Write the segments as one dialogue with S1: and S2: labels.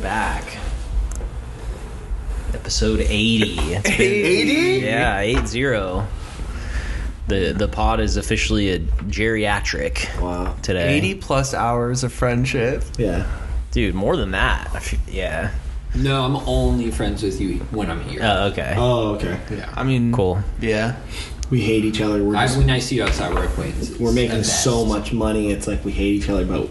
S1: back. Episode 80. It's been-
S2: 80?
S1: yeah, 80. The the pod is officially a geriatric
S2: Wow.
S1: today.
S3: 80 plus hours of friendship.
S2: Yeah.
S1: Dude, more than that. I f- Yeah.
S4: No, I'm only friends with you when I'm here.
S1: Oh, okay.
S2: Oh, okay.
S3: I mean,
S1: cool.
S3: Yeah.
S2: We hate each other. We're
S4: I,
S2: just,
S4: when I see you outside, we're acquaintances.
S2: we're
S4: at
S2: making
S4: best.
S2: so much money. It's like we hate each other, but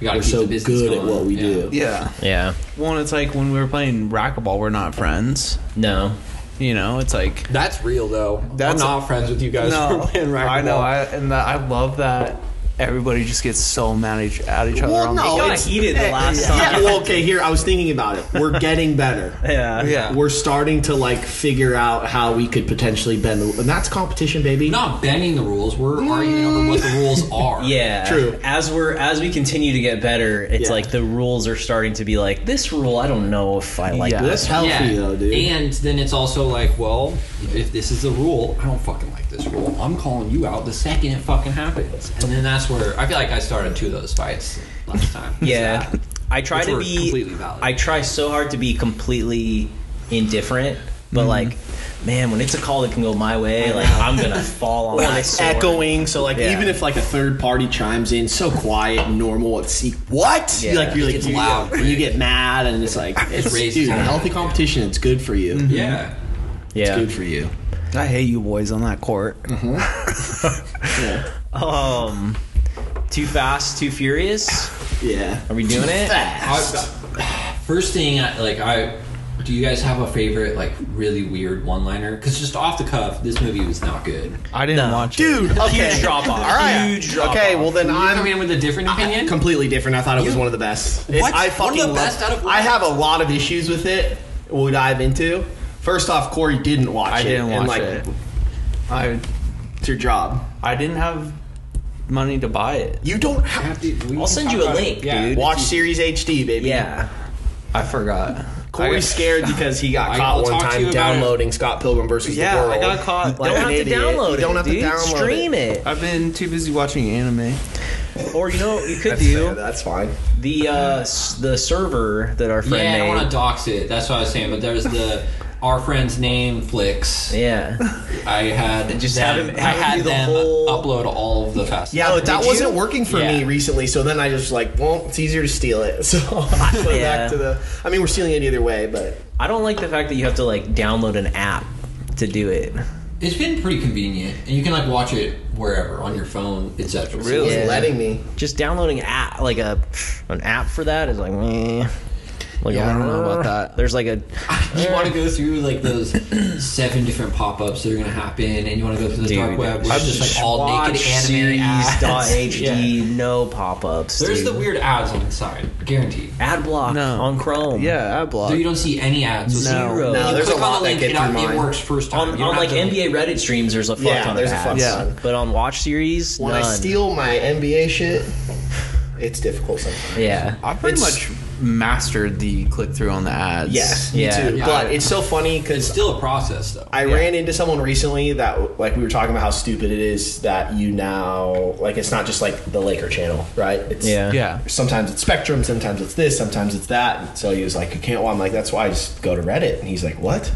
S4: We gotta
S2: we're
S4: keep
S2: so
S4: the
S2: good
S4: business
S2: at
S4: going.
S2: what we
S4: Yeah.
S2: do.
S3: Yeah.
S1: Yeah.
S3: Well, and it's like when we were playing racquetball, we're not friends.
S1: No.
S3: You know, it's like.
S4: That's real though.
S3: That's-
S4: I'm not friends with you guys for playing racquetball.
S3: I know. I, and that, I love that everybody just gets so mad at each, at each other. on
S1: It
S2: no,
S1: got heated the last time.
S2: Yeah, well, okay, here I was thinking about it. We're getting better.
S1: Yeah.
S3: the- Yeah.
S2: We're starting to like figure out how we could potentially bend the, and that's competition, baby.
S4: We're not bending the rules. We're arguing over what the rules are.
S1: Yeah.
S2: True.
S1: As we're as we continue to get better, it's
S2: Yeah.
S1: like the rules are starting to be like this rule I don't know if I like
S3: Yeah.
S2: that's
S1: this.
S2: healthy
S4: Yeah.
S2: though, dude.
S4: And then it's also like, well, if this is the rule, I don't fucking like this rule. I'm calling you out the second it fucking happens. And then that's where I feel like I started two of those fights last time.
S1: Yeah.
S4: So,
S1: I try
S4: Which
S1: to
S4: were
S1: be
S4: completely valid.
S1: I try so hard to be completely indifferent, but like man, when it's a call that can go my way, like I'm going to fall on
S2: Well,
S1: my
S2: it's
S1: sword.
S2: echoing, so like
S1: Yeah.
S2: even if like a third party chimes in, so quiet and normal, it's see what?
S1: Yeah.
S2: You like you're
S4: It
S2: like
S4: gets
S2: you,
S4: loud,
S2: you get mad, and it's like it's
S4: raises
S2: dude,
S4: your hand.
S2: healthy competition. It's good for you.
S4: yeah.
S2: it's
S1: Yeah.
S2: good for you.
S3: I hate you boys on that court.
S2: Yeah,
S1: Um too fast, too furious?
S2: yeah.
S1: Are we doing it?
S2: Fast.
S4: I- first thing, I, like I, do you guys have a favorite like really weird one-liner? Because just off the cuff, this movie was not good.
S3: I didn't
S1: No.
S3: watch it.
S2: Dude, okay.
S1: Huge drop off.
S2: All right.
S1: Huge drop
S2: Okay,
S1: off.
S2: well then
S4: I'm
S2: I'm
S4: coming in with a different opinion.
S2: completely different. I thought it was one of the best. It-
S4: What?
S2: I
S4: One of
S2: fucking
S4: the
S2: love-
S4: best out of what?
S2: I have a lot of issues with it. We'll dive into. First off, Corey didn't watch
S3: I
S2: it.
S3: didn't
S2: and,
S3: watch
S2: like,
S3: it. I,
S2: It's your job.
S3: I didn't have money to buy it.
S2: You don't have.
S1: I'll send you a link, dude.
S2: Watch series HD, baby.
S1: Yeah.
S3: I forgot. I got-
S2: Corey's scared because he got
S4: I-
S2: caught
S4: I'll
S2: one
S4: talk to you
S2: time
S4: about
S2: downloading Scott Pilgrim versus
S3: Yeah,
S2: the World.
S3: I got caught.
S2: Like
S1: don't
S2: an
S1: have to
S2: idiot.
S1: download
S2: You
S1: it.
S2: don't have
S1: dude.
S2: to download
S1: Stream it.
S3: I've been too busy watching anime.
S1: Or you know what you could do?
S2: that's fine.
S1: The uh s- the server that our friend
S4: Yeah, I don't
S1: made.
S4: want to dox it. That's what I was saying. But there's the our friend's name flicks.
S1: yeah.
S4: I had
S1: Just
S4: them,
S1: have him-
S4: I
S1: have him
S4: had
S1: do the
S4: them
S1: whole-
S4: upload all of the fast.
S2: Yeah, but Oh, that
S1: did
S2: wasn't
S1: you?
S2: working for
S4: Yeah.
S2: me recently, so then I just like, well, it's easier to steal it. So I went
S1: Yeah.
S2: back to the. I mean, we're stealing it either way, but
S1: I don't like the fact that you have to like download an app to do it.
S4: it's been pretty convenient, and you can like watch it wherever on your phone, etc.
S2: it
S1: Really?
S2: wasn't
S1: Yeah.
S2: letting me.
S1: Just downloading app like a an app for that is like meh. Like, uh,
S3: Yeah, I don't know about that.
S1: There's like a
S4: you want to go through like those seven different pop-ups that are going to happen, and you want to go through the dark
S1: Dude,
S4: web, where it's just like all naked anime ads.
S1: series.hd,
S4: Yeah.
S1: no pop-ups.
S4: There's the
S1: dude.
S4: weird ads on the side, guaranteed.
S1: ad block
S3: No.
S1: on Chrome.
S3: Yeah, I blocked.
S4: So you don't see any ads.
S3: No.
S4: You
S1: Zero.
S2: No, there's a
S4: click on
S2: lot that
S4: the link,
S2: get
S4: it,
S2: through
S4: out- it
S2: mine.
S4: works first time.
S1: On,
S4: You don't
S1: on
S4: have
S1: like
S4: to-
S1: NBA Reddit streams, there's a fuck
S2: Yeah,
S1: ton
S2: there's
S1: of
S2: a fuck
S1: ads.
S3: ton.
S1: But on watch series,
S2: When I
S1: none.
S2: steal my NBA shit, it's difficult sometimes.
S1: yeah,
S3: I pretty
S2: It's-
S3: much mastered the click through on the ads.
S2: Yes,
S1: Yeah.
S2: me too.
S4: Yeah.
S2: But it's so funny because
S4: It's still a process, though.
S2: I ran into someone recently that like we were talking about how stupid it is that you now like it's not just like the Laker channel, right? It's
S1: yeah,
S3: Yeah.
S2: sometimes it's Spectrum, sometimes it's this, sometimes it's that. And so he was like, You can't well, I'm like, that's why I just go to Reddit and he's like, What?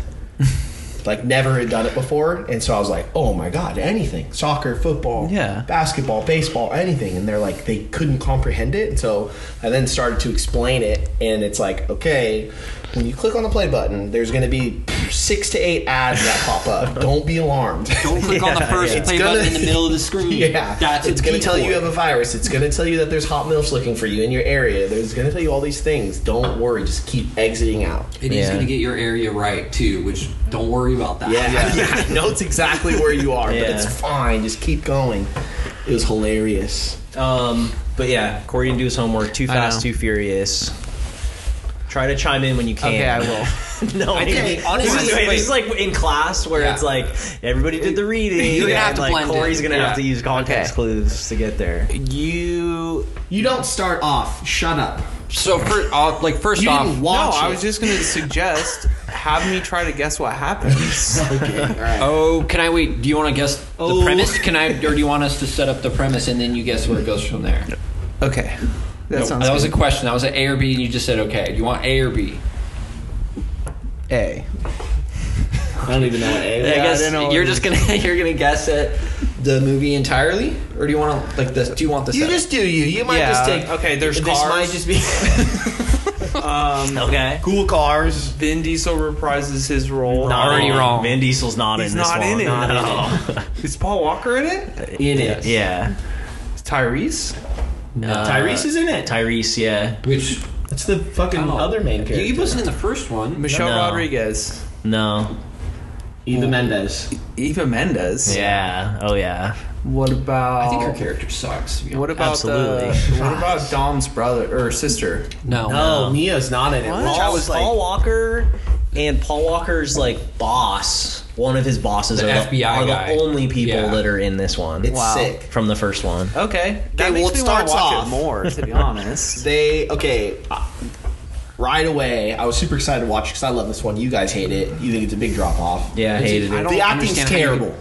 S2: like never had done it before. And so I was like, Oh my god, anything. Soccer, football,
S3: Yeah.
S2: basketball, baseball, anything. And they're like they couldn't comprehend it. And so I then started to explain it and it's like, okay, when you click on the play button, there's gonna be six to eight ads that pop up. Don't be alarmed.
S4: Don't click on the first
S2: yeah.
S4: play
S2: It's gonna-
S4: button in the middle of the screen.
S2: Yeah,
S4: That's
S2: it's going to tell you you have
S4: about
S2: a virus. It's going to tell you that there's hot milfs looking for you in your area. There's going to tell you all these things. Don't worry, just keep exiting out.
S4: It is
S1: Yeah.
S4: going to get your area right too, which don't worry about that.
S2: Yeah, yeah, I know it's exactly where you are, but
S1: Yeah.
S2: it's fine. Just keep going. It was hilarious.
S1: Um, but yeah, Corey didn't do his homework. Too fast,
S3: know.
S1: too furious. Try to chime in when you can.
S3: Okay, I will.
S1: no, I
S4: think- honestly,
S1: this is,
S4: wait.
S1: this is like in class where
S4: Yeah.
S1: it's like everybody did the reading.
S4: You're gonna
S1: and,
S4: have to
S1: like,
S4: blend it.
S1: Corey's gonna
S4: Yeah.
S1: have to use context
S3: Okay.
S1: clues to get there.
S3: You.
S2: You don't start off. Shut up.
S4: So first, uh, like first
S2: You
S4: off,
S2: didn't
S3: No,
S2: watch
S3: I
S2: it.
S3: was just gonna suggest have me try to guess what happens.
S2: Okay, all right.
S4: oh, can I wait? Do you want to guess the premise? Can I, or do you want us to set up the premise and then you guess where it goes from there?
S3: okay. That
S4: No,
S3: sounds
S4: that was a
S3: good.
S4: question. That was an A or B, and you just said okay. Do you want A or B?
S3: A.
S2: I don't even know what A.
S4: I
S3: Yeah, I
S4: guess
S3: didn't know what
S4: you're
S3: it
S4: just gonna you're gonna guess at the movie entirely, or do you want to like this? Do you want this?
S2: You just do you. You might
S3: Yeah,
S2: just take.
S3: okay, there's
S2: this
S3: cars.
S2: might just be
S3: Um,
S1: Okay.
S3: cool cars. Vin Diesel reprises his role.
S1: Not
S4: Already
S1: in it.
S4: wrong.
S1: Vin Diesel's not
S3: He's
S1: in this
S3: not
S1: one.
S3: in it.
S1: No.
S3: Is Paul Walker in it?
S2: in
S4: Yes.
S2: it.
S1: yeah.
S3: Is Tyrese?
S1: Uh,
S2: Tyrese is in it.
S1: Tyrese, yeah.
S4: which
S2: It's the fucking
S4: oh,
S2: other main
S4: you-
S2: character.
S4: You wasn't in the first one.
S3: Michelle
S1: No.
S3: Rodriguez.
S1: No.
S2: Eva Mendes.
S3: Eva Mendes.
S1: Yeah. Oh yeah.
S3: What about?
S4: I think her character sucks. to be
S3: What
S4: honest.
S3: about the?
S1: Absolutely.
S3: What about Dom's brother or sister?
S4: No.
S3: Oh.
S2: No, Oh, Mia's not in it.
S1: Paul,
S2: Which I was like,
S1: Paul Walker and Paul Walker's like boss, one of his bosses,
S4: The
S1: are, the,
S4: FBI
S1: are the
S4: guy.
S1: only people
S4: Yeah.
S1: that are in this one.
S2: it's
S3: Wow.
S2: sick. Oh.
S1: from the first one.
S3: Okay. That
S2: Okay,
S3: makes
S2: well, it
S3: me
S2: starts
S3: want to watch
S2: off-
S3: it more, to be honest.
S2: They okay. uh, Right away, I was super excited to watch because I love this one. You guys hate it. You think it's a big drop off.
S1: Yeah, I hated
S3: I
S1: it.
S3: don't-
S2: the acting's
S3: understand how you-
S2: terrible.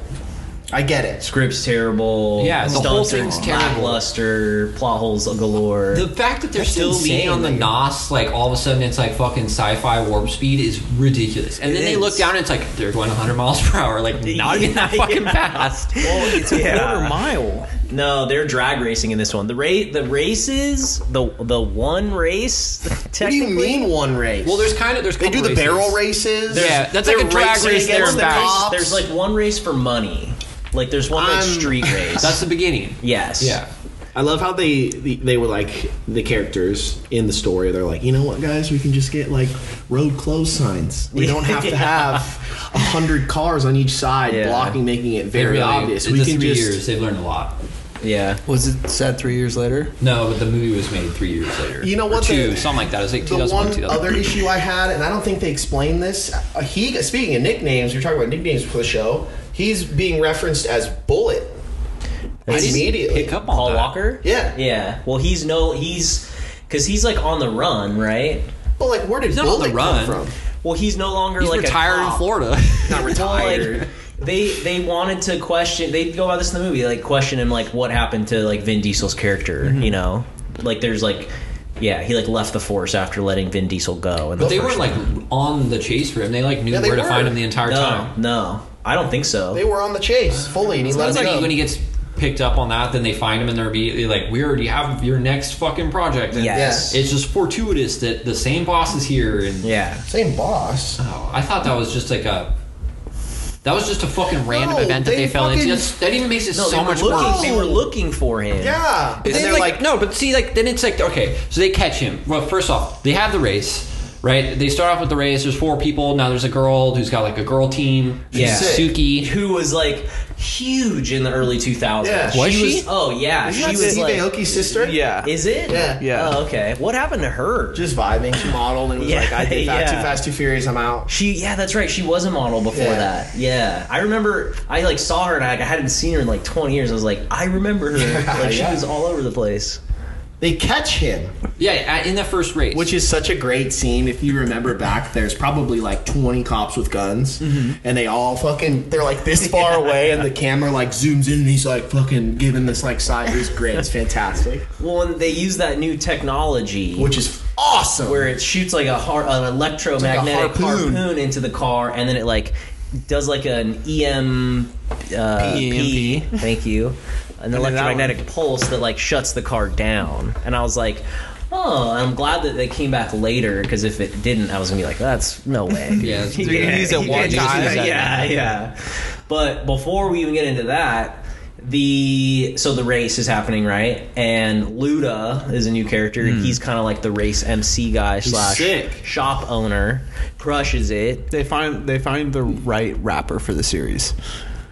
S2: I get it.
S1: Script's terrible.
S4: Yeah, the
S1: stunts
S4: whole
S1: are
S4: thing's terrible.
S1: Lackluster, plot holes galore.
S4: The fact that they're
S2: That's
S4: still leaning
S2: insane,
S4: on the
S2: like-
S4: NOS, like all of a sudden it's like fucking sci-fi warp speed is ridiculous. And
S2: It
S4: then they
S2: is.
S4: look down and it's like they're going 100 miles per hour, like not even that
S1: Yeah.
S4: fucking fast.
S1: well, it's
S3: Quarter mile.
S1: No, they're drag racing in this one. The race, the races, the the one race.
S2: What do
S1: Technically,
S2: you mean one race?
S4: Well, there's kind of there's
S2: they do the
S4: couple races.
S2: barrel races.
S4: There's- Yeah, that's like
S1: They're
S4: a drag
S1: racing
S4: race there
S1: against
S4: and
S1: the
S4: back.
S1: race- There's like one race for money. Like there's one like
S2: I'm-
S1: street race.
S4: That's the beginning.
S1: yes.
S4: Yeah.
S2: I love how they they were like the characters in the story. They're like, you know what, guys, we can just get like road close signs. We don't have to have a hundred cars on each side
S1: Yeah.
S2: blocking, making it
S4: They
S2: very
S4: really,
S2: obvious.
S4: in
S2: We
S4: the
S2: can
S4: three
S2: just
S4: years they've learned a lot.
S1: Yeah.
S3: Was it said three years later?
S4: No, but the movie was made three years later.
S2: You know
S4: Or
S2: what,
S4: Two,
S2: the-
S4: something like that. It was like
S2: the
S4: 2001,
S2: one
S4: 2002.
S2: other issue I had, and I don't think they explained this. uh, He speaking of nicknames, we we're talking about nicknames for the show. He's being referenced as Bullet
S4: I didn't
S2: immediately.
S4: pick up on
S1: Paul
S4: that.
S1: Walker.
S2: Yeah.
S1: Yeah. Well, he's no, he's because he's like on the run, right?
S2: But like, where did
S4: He's not on
S2: Bullet
S4: the run.
S2: come from?
S1: Well, he's no longer
S4: He's
S1: like a
S4: retired
S1: cop.
S4: in Florida.
S2: Not
S1: Well,
S2: retired.
S1: like, they they wanted to question. They go about this in the movie, like question him, like what happened to like Vin Diesel's character.
S4: Mm-hmm.
S1: You know, like there's like, yeah, he like left the force after letting Vin Diesel go. And
S4: but they weren't like on the chase for him. They like knew
S2: Yeah, they
S4: where to
S2: were.
S4: find him the entire
S1: no,
S4: time.
S1: no, I don't think so.
S2: they were on the chase fully, and he let
S4: It's
S2: him
S4: like
S2: go.
S4: when he gets picked up on that, then they find him and they're immediately like, "We already have your next fucking project." And
S1: yes.
S4: It's just fortuitous that the same boss is here, and
S1: Yeah.
S2: Same boss.
S1: Uh-huh.
S4: oh, I thought that was just like a. That was just a fucking random
S2: No,
S4: event that
S2: they
S4: they, fell
S2: fucking-
S4: into. That's, that even makes it
S1: No,
S4: so
S1: they,
S4: much
S1: were
S4: worse.
S1: looking, they were looking for him.
S2: Yeah. And
S4: And
S2: they're
S4: then,
S2: like,
S4: like, no, but see, like then it's like okay, so they catch him. Well, first off, they have the race, right? They start off with the race. There's four people. Now there's a girl who's got like a girl team. She's
S1: Yeah.
S2: Sick.
S4: Suki.
S1: Who was like huge in the early 2000s?
S2: Yeah.
S1: She
S4: Was she?
S1: Was, oh yeah,
S2: Isn't
S1: she
S2: that
S1: was
S2: Steve
S1: like.
S2: Aoki's sister?
S3: Yeah.
S1: Is it?
S2: Yeah.
S3: Yeah.
S1: Oh, okay. What happened to her?
S2: Just vibing. She modeled and was
S1: Yeah,
S2: like, I did that.
S1: yeah.
S2: Too fast, too furious. I'm out.
S1: She, yeah, that's right. She was a model before
S2: Yeah.
S1: that. Yeah, I remember. I like saw her, and I, I hadn't seen her in like twenty years. I was like, I remember her. like she
S2: Yeah.
S1: was all over the place.
S2: They catch him,
S4: Yeah, at- in the first race.
S2: which is such a great scene. If you remember back, there's probably like 20 cops with guns,
S1: Mm-hmm.
S2: and they all fucking they're like this far away, and the camera like zooms in, and he's like fucking giving this like side. It's great. It's fantastic.
S1: Well, and they use that new technology,
S2: Which is awesome.
S1: where it shoots like a har- an electromagnetic
S2: It's like a harpoon.
S1: harpoon. into the car, and then it like does like an EM. Uh, P,
S3: PEMP.
S1: thank you. An
S3: then that
S1: electromagnetic pulse that like shuts the car down, and I was like, "Oh, I'm glad that they came back later because if it didn't, I was gonna be like, that's no way." dude."
S4: Yeah, it's-
S3: You can use it
S1: you
S3: one
S1: can't just
S3: time.
S1: use that. Yeah, Ah, yeah. But before we even get into that, the so the race is happening right, and Luda is a new character.
S4: Hmm.
S1: and He's kind of like the race MC guy slash
S2: sick.
S1: shop owner. Crushes it.
S3: They find they find the right rapper for the series.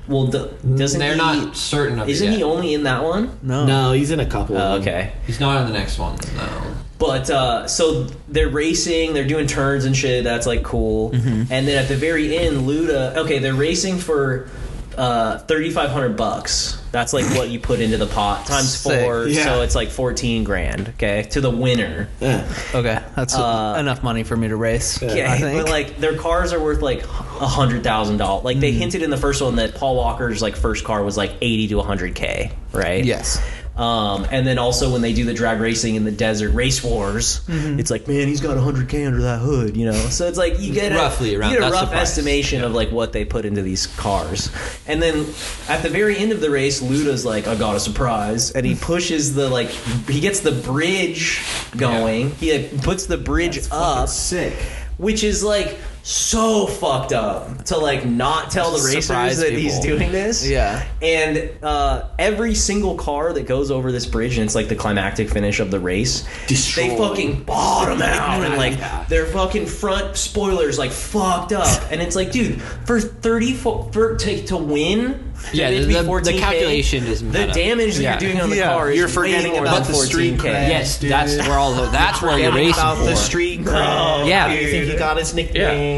S1: Well, d doesn't
S4: they're
S1: he-
S4: not certain of it
S1: Isn't
S4: yet.
S1: he only in that one?
S3: No.
S2: no, he's in a couple.
S1: Oh,
S2: of them.
S1: okay.
S4: He's not on the next one. No.
S1: But uh, so they're racing, they're doing turns and shit. That's like cool.
S3: Mm-hmm.
S1: And then at the very end, Luda. Okay, they're racing for uh, thirty five hundred bucks. That's like what you put into the pot times
S3: Sick.
S1: four,
S2: Yeah.
S1: so it's like fourteen grand. Okay, to the winner.
S2: Yeah.
S3: Okay, that's
S1: Uh,
S3: enough money for me to race.
S1: Okay,
S3: I think.
S1: but like their cars are worth like a hundred thousand dollars.
S3: Mm.
S1: Like they hinted in the first one that Paul Walker's like first car was like eighty to hundred k. Right.
S3: yes.
S1: Um, and then also when they do the drag racing in the desert race wars,
S4: Mm-hmm.
S1: it's like, man, he's got 100k under that hood, you know. So it's like you get a-
S4: Roughly
S1: you
S4: around-
S1: get a
S4: that's the
S1: rough
S4: price.
S1: estimation of like what they put into these cars. And then at the very end of the race, Luda's like, I got a surprise, and he pushes the like he gets the bridge going. He like, puts the bridge up
S5: Sick.
S1: which is like so fucked up to like not tell the racers
S4: Surprise
S1: that he's
S4: people.
S1: doing this.
S3: Yeah.
S1: And uh, every single car that goes over this bridge and it's like the climactic finish of the race, they
S4: Destroyed.
S1: fucking bottom out and like
S4: Yeah.
S1: their fucking front spoilers like fucked up. And it's like, dude, for thirty fo- for to, to win.
S4: Yeah,
S1: it'd be
S4: the- the
S1: 14K,
S4: calculation is
S1: the
S4: meta.
S1: damage that
S4: Yeah.
S1: you're doing on the
S3: Yeah,
S1: car. Is
S3: you're
S1: way
S3: forgetting
S1: more
S3: about
S1: than
S3: the street
S1: 14K.
S5: cred.
S4: Yes,
S5: dude.
S4: that's where all the, that's where you're racing
S5: about
S4: for.
S5: the street
S3: Oh,
S5: cred.
S4: Yeah.
S5: You think he got his nickname?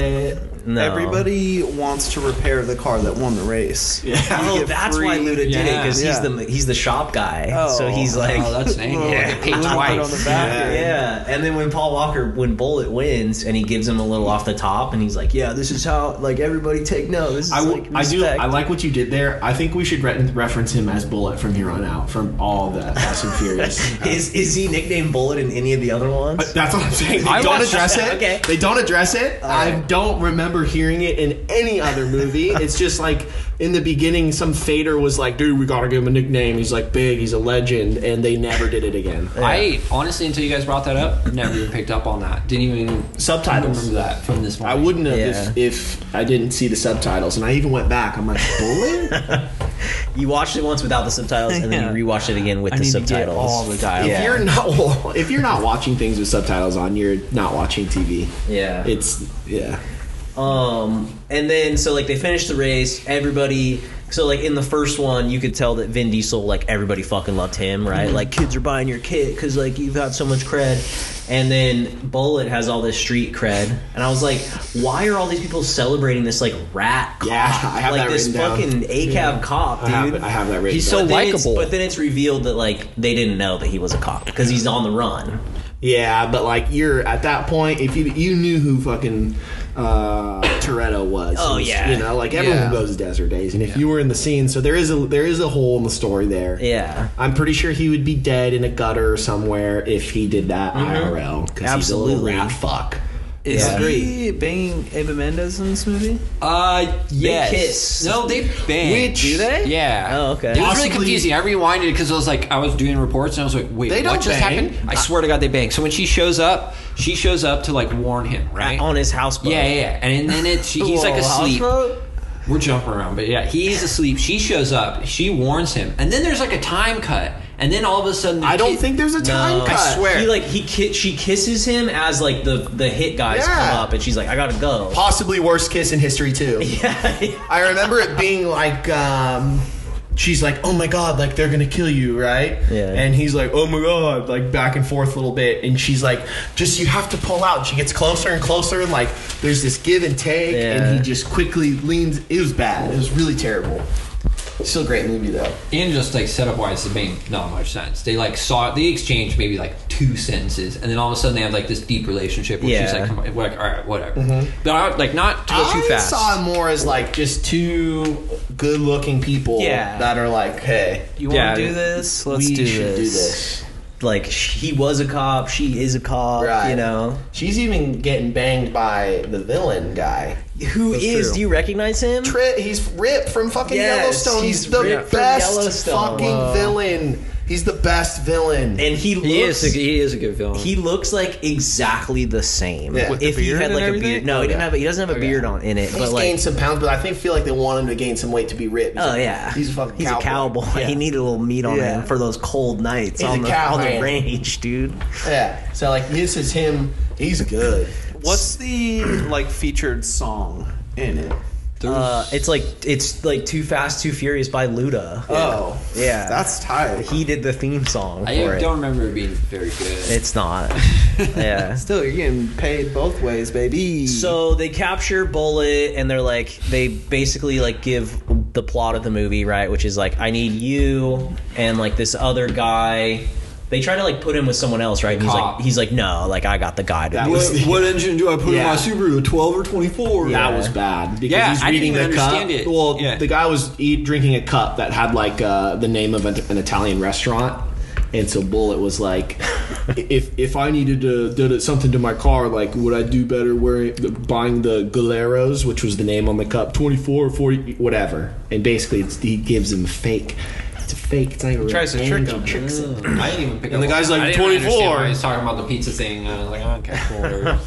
S5: Bullet.
S1: No.
S3: Everybody wants to repair the car that won the race. Yeah.
S1: Oh, that's why Luda did it
S4: Yeah.
S1: because
S3: Yeah.
S1: he's the he's the shop guy.
S3: Oh.
S1: so he's like,
S4: Oh, that's dang. Yeah, they paid
S3: on the
S4: twice.
S3: back.
S1: yeah. And then when Paul Walker, when Bullet wins, and he gives him a little off the top, and he's like, yeah, this is how like everybody take no. This is
S2: I, will-
S1: like
S2: I do.
S1: respect."
S2: I like what you did there. I think we should re- reference him as Bullet from here on out, from all the Fast and Furious.
S1: Is is he nicknamed Bullet in any of the other ones?
S2: But that's what I'm saying. They don't
S4: watched-
S2: address it.
S1: okay.
S2: They don't address it. I don't remember hearing it in any other movie. it's just like in the beginning, some fader was like, "Dude, we gotta give him a nickname. He's like big. He's a legend," and they never did it again.
S4: I honestly, until you guys brought that up, never even picked up on that. Didn't even
S2: Subtitles.
S4: remember that from this one.
S2: I wouldn't have
S1: Yeah.
S2: if, if I didn't see the subtitles, and I even went back. I'm like, "Bullet."
S1: you watched it once without the subtitles, and then you rewatched it again with
S3: I
S1: the
S3: need to get
S1: subtitles.
S3: all the dialogue.
S2: If
S1: Yeah.
S2: you're not if you're not watching things with subtitles on, you're not watching TV.
S1: Yeah.
S2: It's yeah.
S1: Um, and then so like they finished the race, everybody. So like in the first one, you could tell that Vin Diesel, like everybody fucking loved him, right? Like kids are buying your kit because like you've got so much cred. And then Bullet has all this street cred, and I was like, why are all these people celebrating this like rat? Cop?
S2: Yeah, I have
S1: like
S2: that
S1: this
S2: written down.
S1: fucking ACAB cop,
S2: I
S1: dude.
S2: have, I have that written.
S4: He's
S2: down.
S4: so
S1: But then it's-
S4: likable.
S1: But then it's revealed that like they didn't know that he was a cop because he's on the run.
S2: yeah, but like you're at that point, if you you knew who fucking uh, Toretto was.
S1: Oh,
S2: It's,
S1: yeah.
S2: you know, like everyone
S3: Yeah.
S2: goes to Desert Days, and if you were in the scene, so there is a there is a hole in the story there.
S1: Yeah.
S2: I'm pretty sure he would be dead in a gutter somewhere if he did that IRL because he's a little
S1: Mm-hmm. Absolutely.
S2: rat fuck.
S3: Is
S1: Yeah.
S3: he banging Ava Mendez in this movie?
S4: Uh, yes.
S1: kiss.
S4: No, they bang.
S2: Which- Do
S3: they?
S4: Yeah.
S1: Oh, okay.
S4: It was
S2: Possibly-
S4: really confusing. I rewinded because I was like, I was doing reports and I was like, wait,
S2: They
S4: what
S2: don't
S4: just
S2: bang.
S4: happened? I swear to God, they bang. So when she shows up, she shows up to like warn him, right?
S1: On his houseboat.
S4: yeah, yeah, yeah. And then it, she, he's like
S3: Whoa,
S4: asleep.
S3: houseboat?
S4: We're jumping around, but yeah, he's asleep. She shows up. She warns him, and then there's like a time cut, and then all of a sudden, the
S2: I don't
S4: kid-
S2: think there's a time
S1: No.
S2: cut.
S4: I swear.
S1: He like he ki- she kisses him as like the the hit guys
S2: Yeah.
S1: come up and she's like I gotta go.
S2: Possibly worst kiss in history too.
S1: Yeah,
S2: I remember it being like, um, she's like, "Oh my god, like they're gonna kill you, right?"
S1: Yeah.
S2: And he's like, "Oh my god," like back and forth a little bit, and she's like, "Just you have to pull out." She gets closer and closer, and like there's this give and take,
S1: Yeah.
S2: and he just quickly leans. It was bad. It was really terrible. Still a great movie though.
S4: and just like setup wise, it made not much sense. They like saw they exchanged maybe like two sentences, and then all of a sudden they have like this deep relationship where she's
S1: Yeah.
S4: like, come on, like, all right, whatever. But Mm-hmm. I, like not to go too
S2: I
S4: fast.
S2: saw it more as like just two good-looking people
S1: Yeah.
S2: that are like, "Hey,
S3: You want to
S4: Yeah.
S3: do this? Let's
S2: we
S3: do, this.
S2: should do this."
S1: like sh- he was a cop, she is a cop.
S2: Right.
S1: You know
S2: She's even getting banged by the villain guy.
S1: who is?
S3: true.
S1: Do you recognize him?
S2: Tri- he's ripped from fucking
S1: Yes,
S2: Yellowstone.
S1: he's
S2: He's the
S1: ripped from
S2: best
S1: Yellowstone.
S2: fucking
S1: Whoa.
S2: villain. He's the best villain.
S1: and he looks.
S4: He is a, he is a good villain.
S1: he looks like exactly the same.
S2: Yeah. With
S3: the
S1: If he
S3: beard
S1: had
S3: and
S1: like a
S3: everything?
S1: beard, no, he didn't have. A, he doesn't have a beard on in it.
S2: he's
S1: but like,
S2: gained some pounds, but I think feel like they want him to gain some weight to be ripped. He's
S1: oh
S2: a-
S1: yeah,
S2: he's a fucking
S1: he's
S2: cowboy.
S1: a cowboy. He needed a little meat on
S3: Yeah.
S1: him for those cold nights
S2: He's
S1: on
S2: a
S1: the on the
S2: cowhand.
S1: range, dude.
S2: Yeah. So like this is him. He's good.
S3: What's the like featured song in it?
S1: Uh, it's like it's like Too Fast, Too Furious by Luda.
S3: Oh,
S1: Yeah.
S3: that's tight.
S1: He did the theme song
S4: I
S1: for it.
S4: don't remember it being very good.
S1: It's not. yeah.
S3: Still, you're getting paid both ways, baby.
S1: So they capture Bullet and they're like they basically like give the plot of the movie, right, which is like I need you and like this other guy They try to like put him with someone else, right? And he's
S4: cop.
S1: like, he's like, no, like I got the guy. To do
S2: was
S1: it."
S2: the-
S4: what engine do I put
S2: Yeah.
S4: Subaru? A 12 or 24?
S2: That was bad because
S4: Yeah,
S2: he's
S4: I didn't
S2: reading
S4: even
S2: the cup.
S4: understand it.
S2: Well,
S4: Yeah.
S2: the guy was eat, drinking a cup that had like uh, the name of an, an Italian restaurant, and so Bullet was like, "If if I needed to do something to my car, like would I do better wearing buying the Galeros, which was the name on the cup, twenty four or forty, whatever?" And basically, it's, he gives him a fake. It's a fake. It's not even real.
S3: Tries to trick
S2: He
S3: him.
S2: tricks him.
S4: I didn't even pick
S2: And
S4: up
S2: the guy's like,
S4: I didn't even understand
S2: 24.
S4: why He's talking about the pizza thing. and I was like, oh, okay, cool. whatever.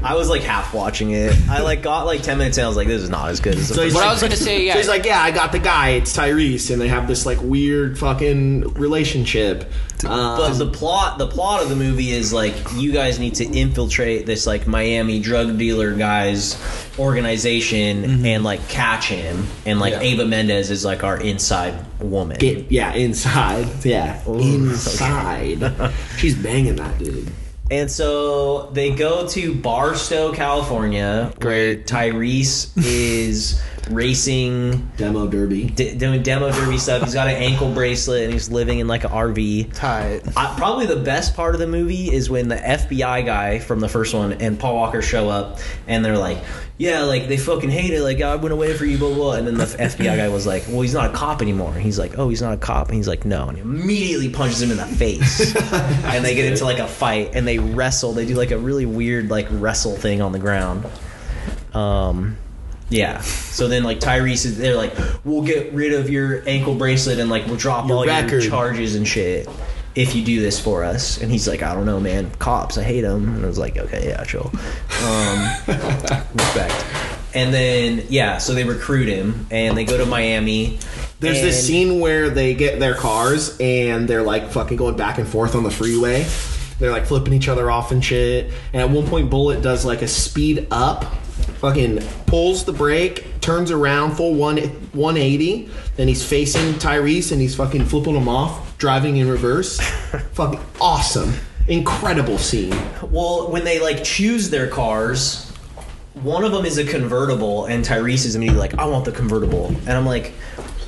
S1: I was like half watching it. I like got like ten minutes in. I was like, this is not as good as the
S2: So he's
S1: first.
S4: What I
S2: like-
S4: was gonna say, yeah.
S2: So he's like, yeah, I got the guy. It's Tyrese, and they have this like weird fucking relationship. Um,
S1: But the plot, the plot of the movie is like you guys need to infiltrate this like Miami drug dealer guy's organization
S2: Mm-hmm.
S1: and like catch him. And like
S4: Yeah.
S1: Ava Mendez is like our inside woman.
S2: get yeah inside, yeah inside. She's banging that dude.
S1: And so they go to Barstow, California. Great. Tyrese is racing,
S2: Demo derby.
S1: d- doing demo derby stuff. He's got an ankle bracelet and he's living in like an RV.
S3: Tight.
S1: I, probably the best part of the movie is when the FBI guy from the first one and Paul Walker show up and they're like, yeah, like they fucking hate it. Like, I went away for you, blah, blah. blah." And then the FBI guy was like, well, he's not a cop anymore. And he's like, oh, he's not a cop. And he's like, no. And he immediately punches him in the face. and they get into like a fight and they wrestle. They do like a really weird, like, wrestle thing on the ground. Um, yeah. So then, like Tyrese is, they're like, "We'll get rid of your ankle bracelet and like we'll drop all
S2: record.
S1: your charges and shit if you do this for us." And he's like, "I don't know, man. Cops, I hate them." And I was like, "Okay, yeah, chill." Um, respect. And then yeah, so they recruit him and they go to Miami.
S2: There's this
S1: and-
S2: scene where they get their cars and they're like fucking going back and forth on the freeway. They're like flipping each other off and shit. And at one point, Bullet does like a speed up, fucking pulls the brake, turns around full one 180. Then he's facing Tyrese and he's fucking flipping him off, driving in reverse. fucking awesome. Incredible scene.
S1: Well, when they like choose their cars, one of them is a convertible, and Tyrese is immediately like, "I want the convertible," and I'm like,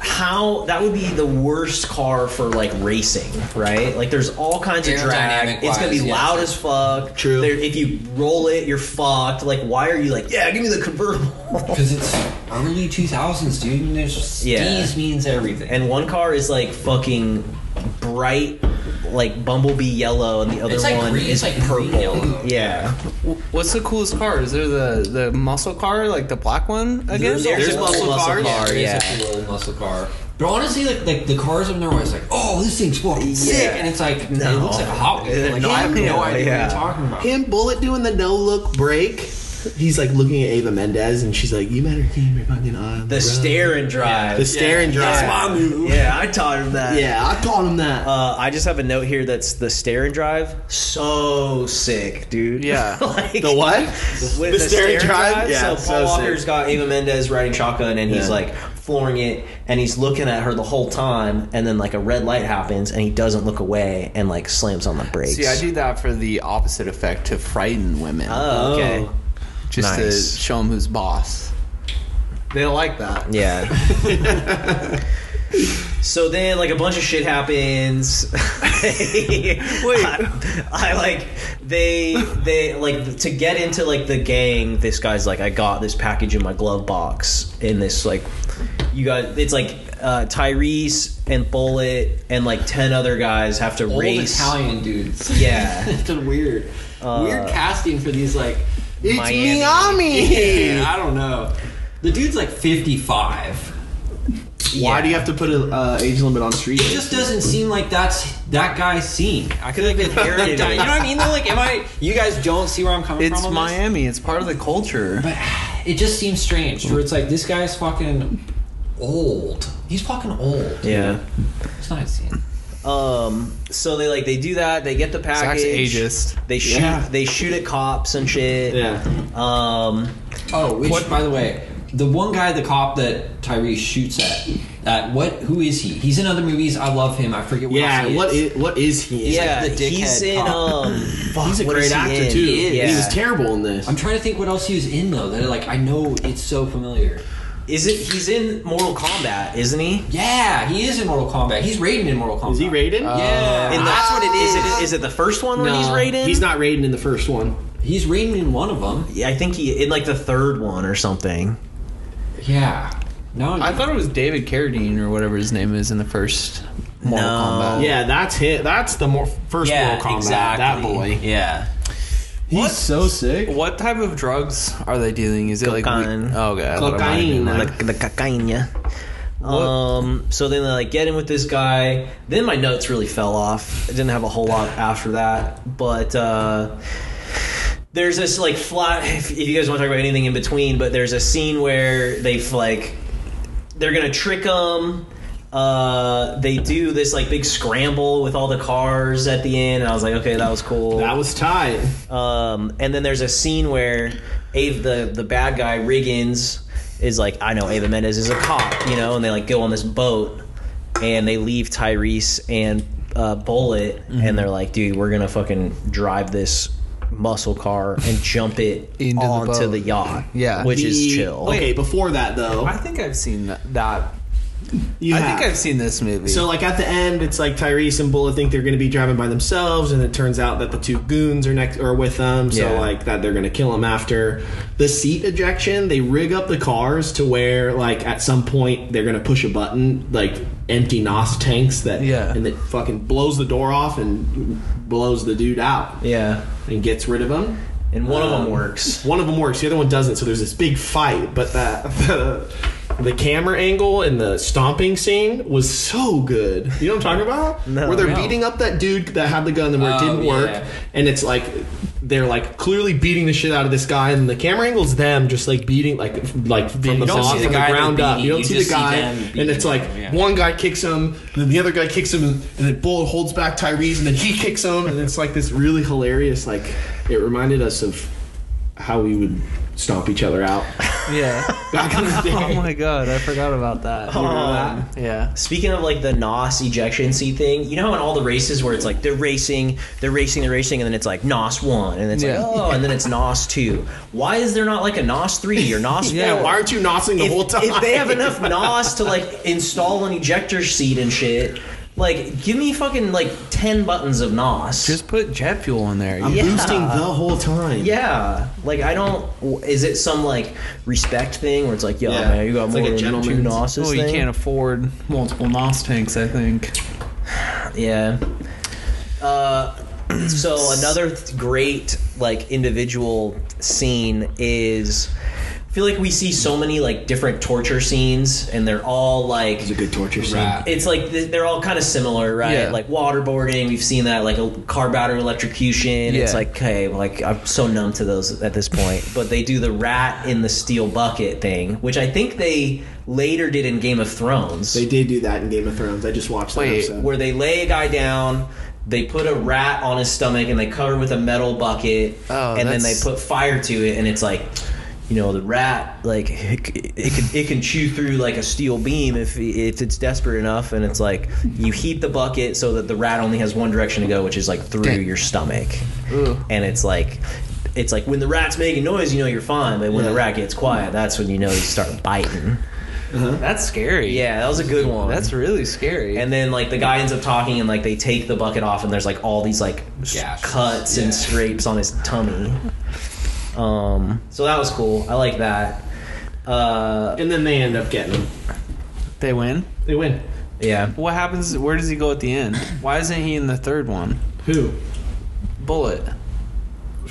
S1: "How? That would be the worst car for like racing, right? Like, there's all kinds of drag. It's gonna be
S4: Aerodynamic-wise, yes.
S1: loud as fuck.
S2: True.
S1: There, if you roll it, you're fucked. Like, why are you like, yeah, give me the convertible?
S4: Because it's early 2000s, dude, and there's just
S1: Yeah.
S4: skis means everything.
S1: and one car is like fucking bright, like bumblebee yellow, and the other
S4: It's like
S1: one
S4: green-
S1: is
S4: like green
S1: purple.
S4: yellow.
S1: yeah.
S3: W- What's the coolest car? Is there the the muscle car, like the black one? I guess.
S1: There's
S3: There's
S1: an old muscle car,
S4: It's
S1: yeah.
S4: like a little muscle car. But honestly, like, like the cars up north, it's like, oh, this thing's fucking sick, and it's like
S1: No.
S4: it looks like a hot wheel. Like,
S1: No,
S4: I have no
S1: yeah,
S4: idea
S1: yeah.
S4: what you're talking about.
S2: Him, Bullet doing the no look break. He's like looking at Ava Mendez and she's like, You better keep your fucking eye on
S1: The stare and drive.
S2: The stare and drive.
S4: move.
S1: Yeah, I taught him that.
S2: Yeah, I taught him that.
S1: Uh, I just have a note here that's the stare and drive. So sick, dude.
S3: Yeah.
S1: like,
S2: the what?
S1: With
S2: the stare and drive? Yeah,
S1: so Paul
S2: so sick.
S1: Walker's got Ava Mendez riding shotgun, and he's
S2: Yeah.
S1: like flooring it, and he's looking at her the whole time, and then like a red light happens, and he doesn't look away, and like slams on the brakes.
S3: See, I do that for the opposite effect to frighten women,
S1: Oh, okay.
S2: Oh.
S3: just
S1: nice.
S3: to show them who's boss. They like that.
S1: Yeah. so then, like, a bunch of shit happens. Wait, I, I, like they they like to get into like the gang. This guy's like, I got this package in my glove box. In this like, you guys, it's like uh, Tyrese and Bullet and like ten other guys have to
S4: Old
S1: race.
S4: Italian dudes.
S1: Yeah. Uh,
S4: it's a weird, weird casting for these like.
S2: It's
S1: Miami.
S2: Miami.
S4: I don't know. The dude's like 55.
S2: Why do you have to put an uh, age limit on street?
S4: It just doesn't seem like that's that guy's scene. I could have been
S1: parodied
S4: You know
S1: it.
S4: what I mean? Though, like, am I? You guys don't see where I'm coming
S3: It's
S4: from. on this?
S3: Miami. It's part of the culture.
S4: But it just seems strange. Where it's like this guy's fucking old. He's fucking old.
S1: Yeah.
S4: It's not a scene.
S1: Um. So they like they do that. They get the package.
S3: ageist.
S1: They shoot.
S2: Yeah.
S1: They shoot at cops and shit.
S2: Yeah.
S1: Um.
S4: Oh, which by the way, the one guy, the cop that Tyrese shoots at, that what? Who is he? He's in other movies. I love him. I forget. What else
S2: yeah,
S4: he
S2: what is what is he?
S1: yeah,
S4: like the
S1: he's
S4: dickhead
S1: in.
S4: cop.
S1: Um, fuck,
S2: he's a
S1: what is
S2: great
S1: he
S2: actor
S1: in?
S2: too.
S1: He, is.
S2: He was terrible in this.
S4: I'm trying to think what else he was in though. That like I know it's so familiar.
S1: Is it? He's in Mortal Kombat, isn't he?
S4: Yeah, he is in Mortal Kombat. He's Raiden in Mortal Kombat.
S2: Is he Raiden?
S4: Yeah,
S2: Uh,
S1: In the-
S4: that's what it is.
S1: Is it, is it the first one when
S4: No.
S1: he's Raiden?
S2: He's not Raiden in the first one.
S4: He's Raiden in one of them.
S1: Yeah, I think he in like the third one or something.
S4: Yeah. No,
S3: I thought it was David Carradine or whatever his name is in the first Mortal
S1: No.
S3: Kombat.
S2: Yeah, that's him. That's the more first
S4: yeah,
S2: Mortal Kombat.
S4: exactly.
S2: That boy.
S4: Yeah.
S2: He's so sick.
S3: What type of drugs are they dealing? Is it like
S1: Cocaine.
S3: we- oh god, I thought it might have been,
S2: Cocaine.
S3: like-
S1: the, the cocaine. yeah. Um. So then they like get in with this guy. Then my notes really fell off. I didn't have a whole lot after that, but uh, there's this like fly. If, if you guys want to talk about anything in between, but there's a scene where they've like they're gonna trick them. Uh, they do this like big scramble with all the cars at the end, and I was like, okay, that was cool.
S2: That was tight.
S1: Um, and then there's a scene where Ave, the the bad guy Riggins is like, I know Ava Mendez is a cop, you know, and they like go on this boat and they leave Tyrese and uh, Bullet,
S3: Mm-hmm.
S1: and they're like, dude, we're gonna fucking drive this muscle car and jump it
S3: Into the
S1: onto the,
S3: boat.
S1: yacht,
S3: Yeah.
S1: which is
S2: The-
S1: chill.
S2: Okay, before that though,
S3: I think I've seen that. that.
S2: you
S3: I
S2: have-
S3: think I've seen this movie.
S2: So like at the end, it's like Tyrese and Bullet think they're going to be driving by themselves, and it turns out that the two goons are next or with them. So
S3: Yeah.
S2: like that they're going to kill them after the seat ejection. They rig up the cars to where like at some point they're going to push a button like empty nos tanks that
S3: Yeah.
S2: and it fucking blows the door off and blows the dude out
S1: Yeah,
S2: and gets rid of him.
S1: and one of
S2: Um,
S1: them works.
S2: One of them works, the other one doesn't. So there's this big fight, but that the, the camera angle and the stomping scene was so good. You know what I'm talking about?
S1: No.
S2: where they're
S1: No.
S2: beating up that dude that had the gun and where it
S4: Oh,
S2: didn't
S4: yeah.
S2: work, and it's like they're like clearly beating the shit out of this guy, and the camera angle's them just like beating like like from the
S4: you don't
S2: bottom
S4: see the
S2: from the
S4: guy they're
S2: ground up.
S4: beating,
S2: You don't
S4: you
S2: see
S4: just
S2: the
S4: see
S2: guy,
S4: them
S2: and
S4: beating
S2: it's like
S4: them, yeah.
S2: one guy kicks him, then the other guy kicks him, and then Bullet holds back Tyrese, and then he kicks him, and it's like this really hilarious. Like it reminded us of how we would stomp each other out
S3: yeah.
S2: back in the day.
S3: oh my god, I forgot about
S2: Oh.
S3: that.
S2: Remember
S3: Yeah.
S1: Speaking of like the NOS ejection seat thing, you know how in all the races where it's like they're racing, they're racing, they're racing, and then it's like NOS one, and it's
S3: Yeah.
S1: like oh, and then it's NOS two. Why is there not like a NOS three or NOS four?
S2: Yeah, why aren't you nosing the
S1: if,
S2: whole time?
S1: if they have enough NOS to like install an ejector seat and shit, like give me fucking like ten buttons of NOS.
S3: Just put jet fuel in there.
S2: I'm
S1: Yeah.
S2: boosting the whole time.
S1: yeah, like I don't. Is it some like respect thing where it's like, yo,
S2: Yeah.
S1: man, you got
S2: It's
S1: more
S2: like a
S1: than two
S2: gentleman's-
S1: NOSes?
S3: Oh, you
S1: thing?
S3: can't afford multiple NOS tanks, I think.
S1: Yeah. Uh, so another th- great like individual scene is. I feel like we see so many like different torture scenes, and they're all like.
S2: It's a good torture scene.
S4: Right.
S1: It's like th- they're all kind of similar, right?
S3: Yeah.
S1: Like waterboarding, we've seen that, like a car battery electrocution. It's
S3: Yeah.
S1: like, okay, like I'm so numb to those at this point. But they do the rat in the steel bucket thing, which I think they later did in Game of Thrones
S2: They did do that in Game of Thrones. I just watched that
S3: Wait,
S2: episode.
S1: where they lay a guy down, they put a rat on his stomach and they cover him with a metal bucket,
S3: Oh,
S1: and then they
S3: that's-
S1: put fire to it, and it's like, you know, the rat like it, c- it can it can chew through like a steel beam if if it's desperate enough, and it's like you heat the bucket so that the rat only has one direction to go, which is like through
S3: Dang.
S1: your stomach,
S3: Ooh.
S1: and it's like. It's like when the rat's making noise, you know you're fine. But when the rat gets quiet, that's when you know you start biting.
S3: Uh-huh. That's scary.
S1: Yeah, that was a good one.
S3: That's really scary.
S1: And then like the guy ends up talking and like they take the bucket off and there's like all these like s-
S4: Gashes.
S1: cuts
S4: Yeah.
S1: and scrapes on his tummy. Um so that was cool. I like that. Uh
S2: and then they end up getting him.
S3: they win.
S2: They win.
S1: yeah.
S3: What happens? Where does he go at the end? Why isn't he in the third one?
S2: Who?
S3: Bullet.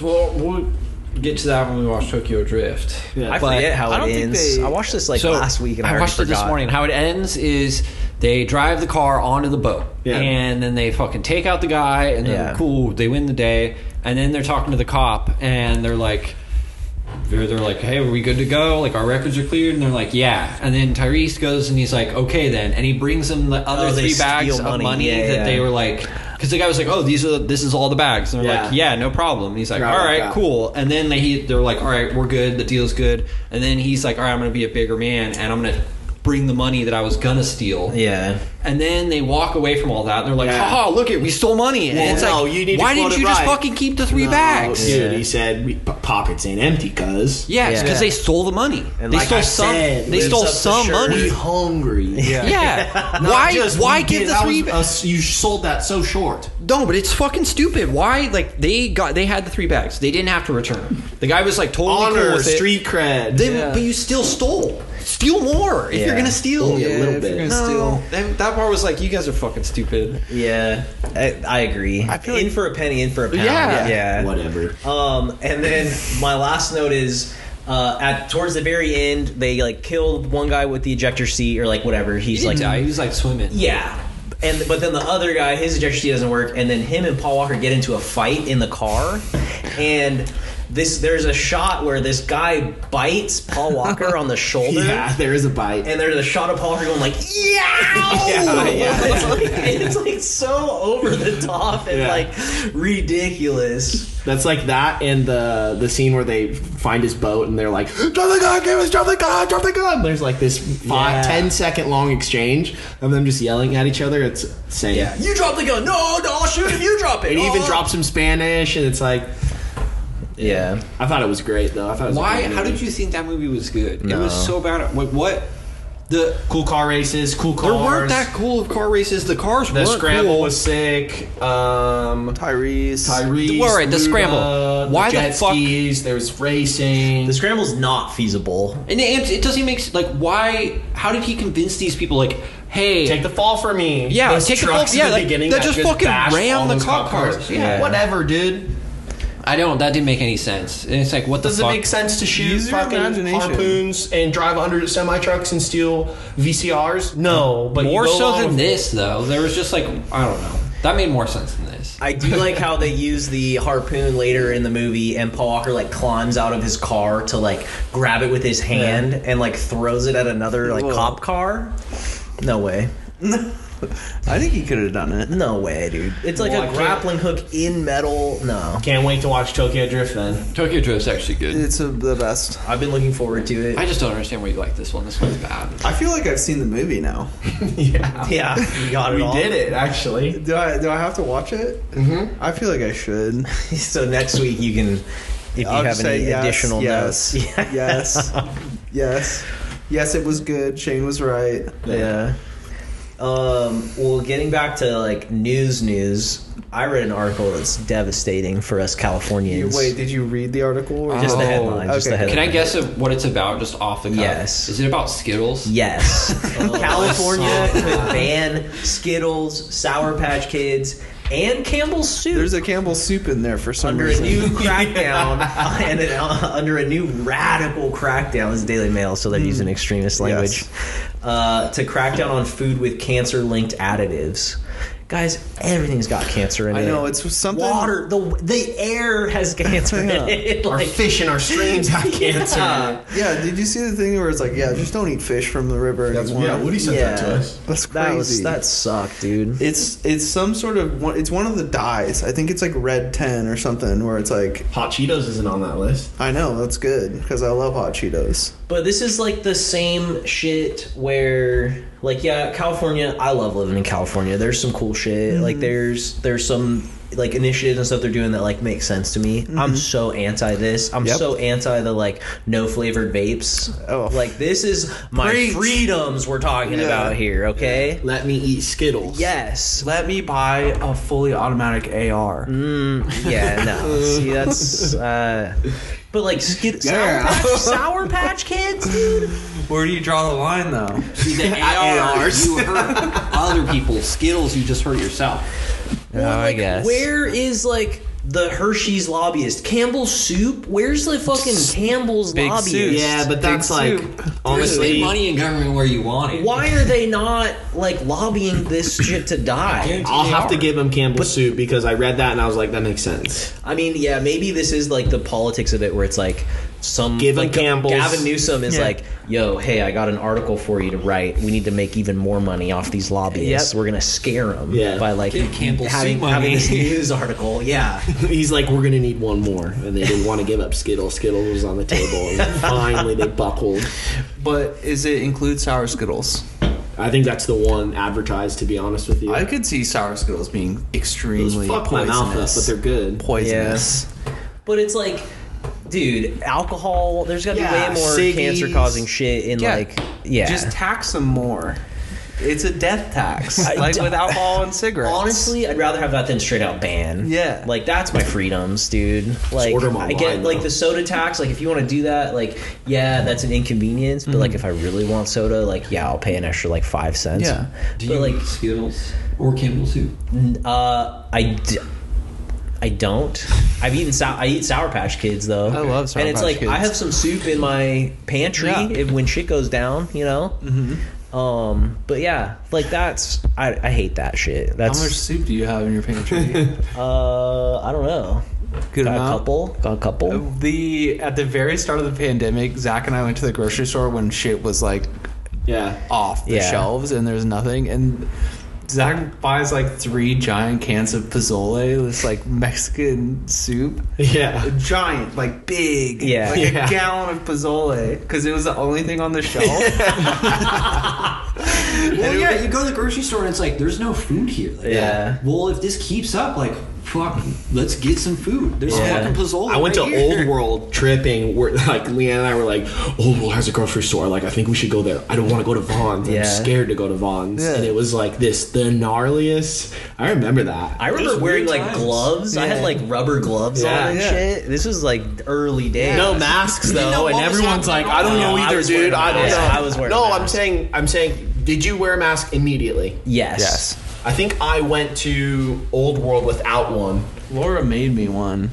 S4: Well, we'll get to that when we watch Tokyo Drift.
S2: Yeah.
S1: I
S4: But
S1: forget how
S3: I don't
S1: it
S3: think
S1: ends.
S3: they-
S1: I watched this like last week and I,
S4: I
S1: already
S4: watched it
S1: forgot.
S4: this morning. How it ends is they drive the car onto the boat,
S2: Yeah.
S4: and then they fucking take out the guy, and then
S1: Yeah.
S4: cool, they win the day, and then they're talking to the cop, and they're like. They're, they're like, hey, are we good to go? Like, our records are cleared? And they're like, yeah. And then Tyrese goes and he's like, okay, then. And he brings them the other
S1: Oh, they
S4: three bags
S1: steal
S4: of
S1: money.
S4: money,
S1: Yeah,
S4: that
S1: yeah.
S4: they were like, because the guy was like, oh, these are the, this is all the bags. And they're
S2: Yeah.
S4: like, yeah, no problem. And he's like,
S2: Right,
S4: all right,
S2: right.
S4: cool cool. And then they, they're like, all right, we're good. The deal's good. And then he's like, all right, I'm going to be a bigger man and I'm going to bring the money that I was gonna steal.
S1: Yeah.
S4: And then they walk away from all that, and they're like, "Haha, look it, we stole money." And
S2: Well,
S4: it's
S2: no,
S4: like,
S2: you need to
S4: why
S2: quote
S4: didn't
S2: it
S4: you just
S2: right.
S4: fucking keep the three bags?
S2: dude,
S1: Yeah.
S2: he Oh, said we, p- pockets ain't empty, cuz.
S4: Yeah, it's
S1: Yeah.
S4: because they stole the money.
S1: And
S4: they
S1: like
S4: stole
S1: I
S4: some.
S2: said,
S4: they
S2: lives
S4: stole
S1: up to
S4: some
S1: shirt.
S4: money.
S2: We hungry.
S4: Yeah. why? Why give the three? ba-
S2: bags? You sold that so short.
S4: no, but it's fucking stupid. Why? Like they got they had the three bags. They didn't have to return them. The guy was like totally
S2: Honor,
S4: cool with it.
S2: street cred.
S4: Then, but you still stole. Steal more if you're
S1: Yeah.
S4: gonna steal.
S2: Only a Yeah, little if you're bit. gonna
S4: No, that, that part was like you guys are fucking stupid.
S1: Yeah, I, I agree. I
S3: feel
S1: in
S3: like-
S1: for a penny, in for a pound.
S3: Yeah.
S1: yeah.
S2: Whatever.
S1: Um, and then my last note is uh, at towards the very end, they like killed one guy with the ejector seat or like whatever. He's
S4: He's like
S1: like
S4: die. He was like swimming.
S1: Yeah. And but then the other guy, his ejector seat doesn't work, and then him and Paul Walker get into a fight in the car, and this there's a shot where this guy bites Paul Walker on the shoulder.
S2: Yeah, there is a bite.
S1: And there's a shot of Paul Walker going like, yeah, It's, like, it's like so over the top and
S2: Yeah.
S1: like ridiculous.
S2: That's like that and the the scene where they find his boat and they're like, drop the gun, give us, drop the gun, drop the gun. There's like this five,
S1: Yeah.
S2: 10 second long exchange of them just yelling at each other. It's insane.
S1: You drop the gun. No, no, I'll shoot if you drop
S2: It
S4: Oh.
S2: even drops some Spanish and it's like,
S1: Yeah,
S2: I thought it was great though. I thought it was a
S4: Why?
S2: great
S4: How
S2: movie.
S4: did you think that movie was good? It
S1: No.
S4: was so bad. Like what? The
S2: Cool car races, cool cars.
S4: there weren't that cool of car races. The cars
S2: The
S4: weren't
S2: scramble
S4: cool.
S2: was sick. Um,
S3: Tyrese.
S2: Tyrese.
S4: All right, the scramble.
S2: Luda,
S4: Why the
S2: the jet
S4: fuck-
S2: skis? There was racing.
S1: the scramble's not feasible.
S4: and it, it doesn't make s- like why? How did he convince these people? Like, hey,
S2: Take the fall for me.
S4: Yeah,
S2: Those
S4: take the
S2: trucks
S4: fall- yeah,
S2: in the
S4: like,
S2: beginning
S4: that
S2: that
S4: just
S2: just
S4: fucking
S2: bashed
S4: ram
S2: all
S4: the
S2: those
S4: cop
S2: cop cars.
S4: cars.
S2: Yeah,
S4: Yeah.
S2: whatever, dude.
S4: I don't. That didn't make any sense. And it's like, what
S2: Does
S4: the
S2: it
S4: fuck?
S2: make sense to shoot
S3: Use your
S2: fucking
S3: imagination.
S2: harpoons and drive under semi trucks and steal VCRs? No, but you
S4: More
S2: go
S4: so
S2: along
S4: than
S2: with-
S4: this, though. There was just like I don't know. That made more sense than this.
S1: I do like how they use the harpoon later in the movie, and Paul Walker like climbs out of his car to like grab it with his hand and like throws it at another like
S3: Whoa.
S1: cop car. No way,
S3: I think he could have done it.
S1: no way, dude. It's like
S2: Well, I
S1: a
S2: can't-
S1: grappling hook in metal. No,
S2: Can't wait to watch Tokyo Drift then.
S4: Tokyo Drift's actually good.
S3: It's a, the best.
S1: I've been looking forward to it.
S4: I just don't understand why you like this one. This one's bad.
S3: I feel like I've seen the movie now.
S2: yeah.
S1: yeah, you got it all.
S2: it actually.
S3: Do I? Do I have to watch it? Mm-hmm. I feel like I should.
S1: So next week you can, if you
S3: I'll
S1: have
S3: just say
S1: any
S3: yes,
S1: additional
S3: yes,
S1: notes. Yeah.
S3: yes, yes, yes. It was good. Shane was right.
S1: Yeah. Um, well, getting back to like news, news. I read an article that's devastating for us
S3: You,
S1: Californians.
S3: wait, did you read the article? Or
S1: Just the
S4: Oh,
S1: headline. Just the
S3: okay.
S1: headline.
S4: Can I guess of what it's about just off the cuff?
S1: Yes.
S4: Is it about Skittles?
S1: Yes.
S3: Oh,
S1: California
S4: I saw
S1: could ban Skittles, Sour Patch Kids, and Campbell's Soup
S3: There's a Campbell soup in there for some
S1: under a
S3: reason.
S1: new crackdown and an, uh, under a new radical crackdown. This is Daily Mail, so they're
S3: Hmm.
S1: using extremist language uh, to crack down on food with cancer-linked additives. Guys, everything's got cancer in
S3: I
S1: it.
S3: know, it's something-
S1: Water, the the air has cancer
S3: Yeah.
S1: in it.
S2: Our
S1: Like,
S2: fish in our streams have cancer.
S1: Yeah.
S3: yeah, did you see the thing where it's like, yeah, just don't eat fish from the river anymore?
S2: Woody
S1: sent that to Yeah. us.
S3: That's crazy.
S1: that was that sucked, dude.
S3: it's it's some sort of one, it's one of the dyes. I think it's like red ten or something. Where it's like,
S2: Hot Cheetos isn't on that list.
S3: I know that's good because I love hot Cheetos.
S1: But this is like the same shit where like yeah, California, I love living in California. There's some cool shit.
S3: Mm-hmm.
S1: Like there's there's some like initiatives and stuff they're doing that like make sense to me. I'm so anti this. I'm
S3: Mm-hmm. Yep.
S1: so anti the like no flavored vapes.
S3: Oh.
S1: Like this is my
S3: Preach.
S1: freedoms we're talking
S3: Yeah.
S1: about here, okay?
S2: Let me eat Skittles.
S1: Yes.
S3: Let me buy a fully automatic AR.
S1: Mm, Yeah, no. See, that's uh but like skid- sour,
S3: Yeah.
S1: patch, sour patch kids, dude.
S3: Where do you draw the line though?
S4: See, the AR, you hurt other people. Skittles, you just hurt yourself.
S1: Well,
S3: Oh, I
S1: like,
S3: guess.
S1: Where is like the Hershey's lobbyist? Campbell's Soup? Where's the fucking Campbell's
S3: Big
S1: lobbyist?
S3: Soup.
S2: Yeah, but that's
S3: Big
S2: like
S3: soup.
S2: honestly
S4: Spend money in government where you want it.
S1: Why are they not like lobbying this shit to die?
S2: I'll have to give him Campbell's soup because I read that and I was like, that makes sense.
S1: I mean, yeah, maybe this is like the politics of it, where it's like some
S2: Give 'em
S1: like,
S2: Campbell's.
S1: Gavin Newsom is
S3: Yeah.
S1: like, "Yo, hey, I got an article for you to write. We need to make even more money off these lobbyists.
S3: Yep.
S1: We're gonna scare them
S2: Yeah.
S1: by like
S4: Give Campbell's
S1: having
S4: soup
S1: having
S4: money."
S1: this news article. Yeah,
S2: He's like, we're gonna need one more, and they didn't want to give up Skittle. Skittles was on the table, and finally they buckled.
S3: But is it include sour skittles?
S2: I think that's the one advertised. To be honest with you,
S3: I could see sour skittles being
S2: Those
S3: extremely
S2: fuck my
S3: poisonous.
S2: mouth up, but they're good.
S3: poisonous.
S1: But it's like, dude, alcohol. There's got to
S2: Yeah,
S1: be way more
S2: ciggies.
S1: cancer causing shit in
S3: Yeah.
S1: like, yeah.
S3: Just tax them more. It's a death tax,
S1: I
S3: like
S1: d-
S3: with alcohol and cigarettes.
S1: Honestly, I'd rather have that than straight out ban.
S3: Yeah.
S1: like that's my freedoms, dude. Like
S2: order 'em
S1: I get
S2: online,
S1: like
S2: though.
S1: the soda tax. Like if you want to do that, like yeah, that's an inconvenience.
S3: Mm-hmm.
S1: But like if I really want soda, like yeah, I'll pay an extra like five cents.
S3: Yeah.
S4: Do
S1: but
S4: you
S1: like
S4: eat Skittles or Campbell soup?
S1: Uh, I, d- I don't. I've eaten sour. I eat Sour Patch Kids though.
S3: I love Sour
S1: And it's
S3: Patch
S1: like
S3: Kids.
S1: I have some soup in my pantry
S3: Yeah.
S1: if, when shit goes down. You know. Mm-hmm. Um. But yeah, like that's I, I hate that shit.
S3: how
S1: That's
S3: much soup do you have in your pantry?
S1: uh I don't know.
S3: Good
S1: got
S3: amount? Oh.
S1: a couple. Got a couple.
S3: the at the very start of the pandemic, Zach and I went to the grocery store when shit was like
S2: Yeah,
S3: off the
S1: Yeah.
S3: shelves and there's nothing and Zach buys like three giant cans of pozole, this like Mexican soup.
S2: yeah.
S3: Giant, like big,
S1: Yeah.
S3: like
S2: Yeah.
S3: a gallon of pozole, because it was the only thing on the shelf.
S4: Well, yeah, you go to the grocery store and it's like, there's no food here. Like,
S1: Yeah.
S4: Well, if this keeps up, like, fuck, let's get some food. There's
S1: Yeah.
S4: fucking pozole.
S2: I went
S4: right
S2: to
S4: here.
S2: Old World tripping. We're, like Leanne and I were like, Old World has a grocery store. Like I think we should go there. I don't want to go to Vaughn's.
S1: Yeah.
S2: I'm scared to go to Vaughn's. And it was like this the gnarliest. I remember that.
S1: I remember
S4: There's
S1: wearing
S4: weird
S1: like
S4: times.
S1: gloves. I had
S3: Yeah.
S1: like rubber gloves
S2: Yeah.
S1: on and
S3: Yeah.
S1: shit. This was like early days.
S2: no masks
S4: didn't know
S2: though, and
S4: what was
S2: everyone's like,
S4: happening.
S2: I don't know
S1: No, I
S2: either,
S1: was wearing
S2: dude.
S1: a
S2: I don't
S1: mask.
S2: know.
S1: I was wearing
S2: No,
S1: a
S2: I'm
S1: mask.
S2: saying, I'm saying. Did you wear a mask immediately?
S1: Yes.
S3: Yes.
S2: I think I went to Old World without one.
S3: Laura made me one.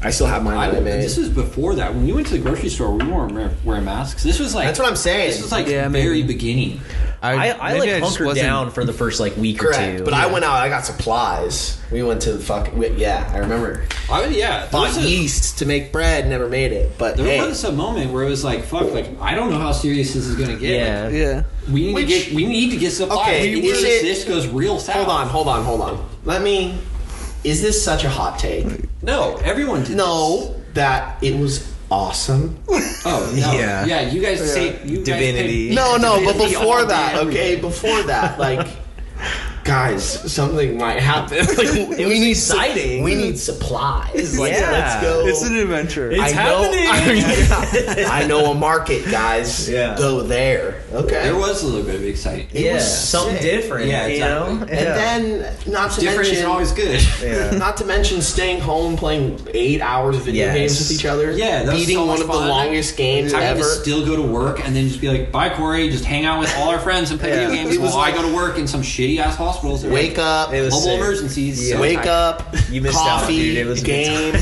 S2: I still have mine.
S4: I,
S2: that I made.
S4: this was before that. When you went to the grocery store, we weren't wear- wearing masks. This was like
S2: That's what I'm saying.
S4: This was like
S3: Yeah,
S4: very
S3: maybe.
S4: beginning.
S1: I, I
S3: maybe
S1: like
S3: just
S1: hunkered
S3: wasn't-
S1: down for the first like week or
S2: Correct,
S1: two.
S2: but I went out. I got supplies. We went to the fuck. We, yeah, I remember.
S4: I would, yeah, there
S2: Bought
S4: was, a,
S2: yeast to make bread. Never made it, but
S4: there
S2: hey,
S4: was a moment where it was like, fuck, like I don't know how serious this is gonna get.
S1: Yeah.
S4: Like,
S3: Yeah.
S4: we need
S2: Which-
S4: to get we need to get supplies.
S2: Okay,
S4: in
S2: is
S4: case
S2: it-
S4: this goes real south.
S2: Hold on, hold on, hold on. Let me. Is this such a hot take?
S4: No, everyone did.
S2: No, that it was awesome.
S4: this. Oh no.
S3: Yeah.
S4: Yeah. you guys say you
S3: Divinity.
S4: Guys picked-
S2: No, no, but
S4: Divinity
S2: before
S4: all
S2: that,
S4: day, every
S2: okay,
S4: day.
S2: before that, like, guys, something might happen. Like, we need su-
S1: exciting.
S2: we need supplies. Like,
S1: Yeah.
S2: let's go.
S3: It's an adventure.
S2: I know, I, I know a market, guys.
S1: Yeah.
S2: Go there. Okay.
S4: There was a little bit of excitement.
S2: It
S1: yeah,
S2: was
S1: something
S2: sick.
S1: different.
S4: Yeah, exactly.
S1: You know?
S4: And
S2: And
S1: Yeah.
S2: then, not to
S4: Different
S2: mention,
S4: isn't always good.
S2: Not to mention staying home playing eight hours of video
S1: Yes.
S2: games with each other.
S4: Yeah, that was
S2: beating
S4: so
S2: one
S4: much
S2: of the
S4: fun.
S2: longest games
S4: Having
S2: ever.
S4: to still go to work and then just be like, bye, Corey, just hang out with all our friends and play
S1: Yeah.
S4: video games
S2: It was
S4: while I
S2: like-
S4: go to work in some shitty ass hospitals.
S2: Wake up,
S1: It was
S4: Mobile
S1: sick.
S4: emergencies. so
S2: wake
S4: tight.
S2: up,
S1: You missed out,
S2: coffee,
S1: dude. It was a good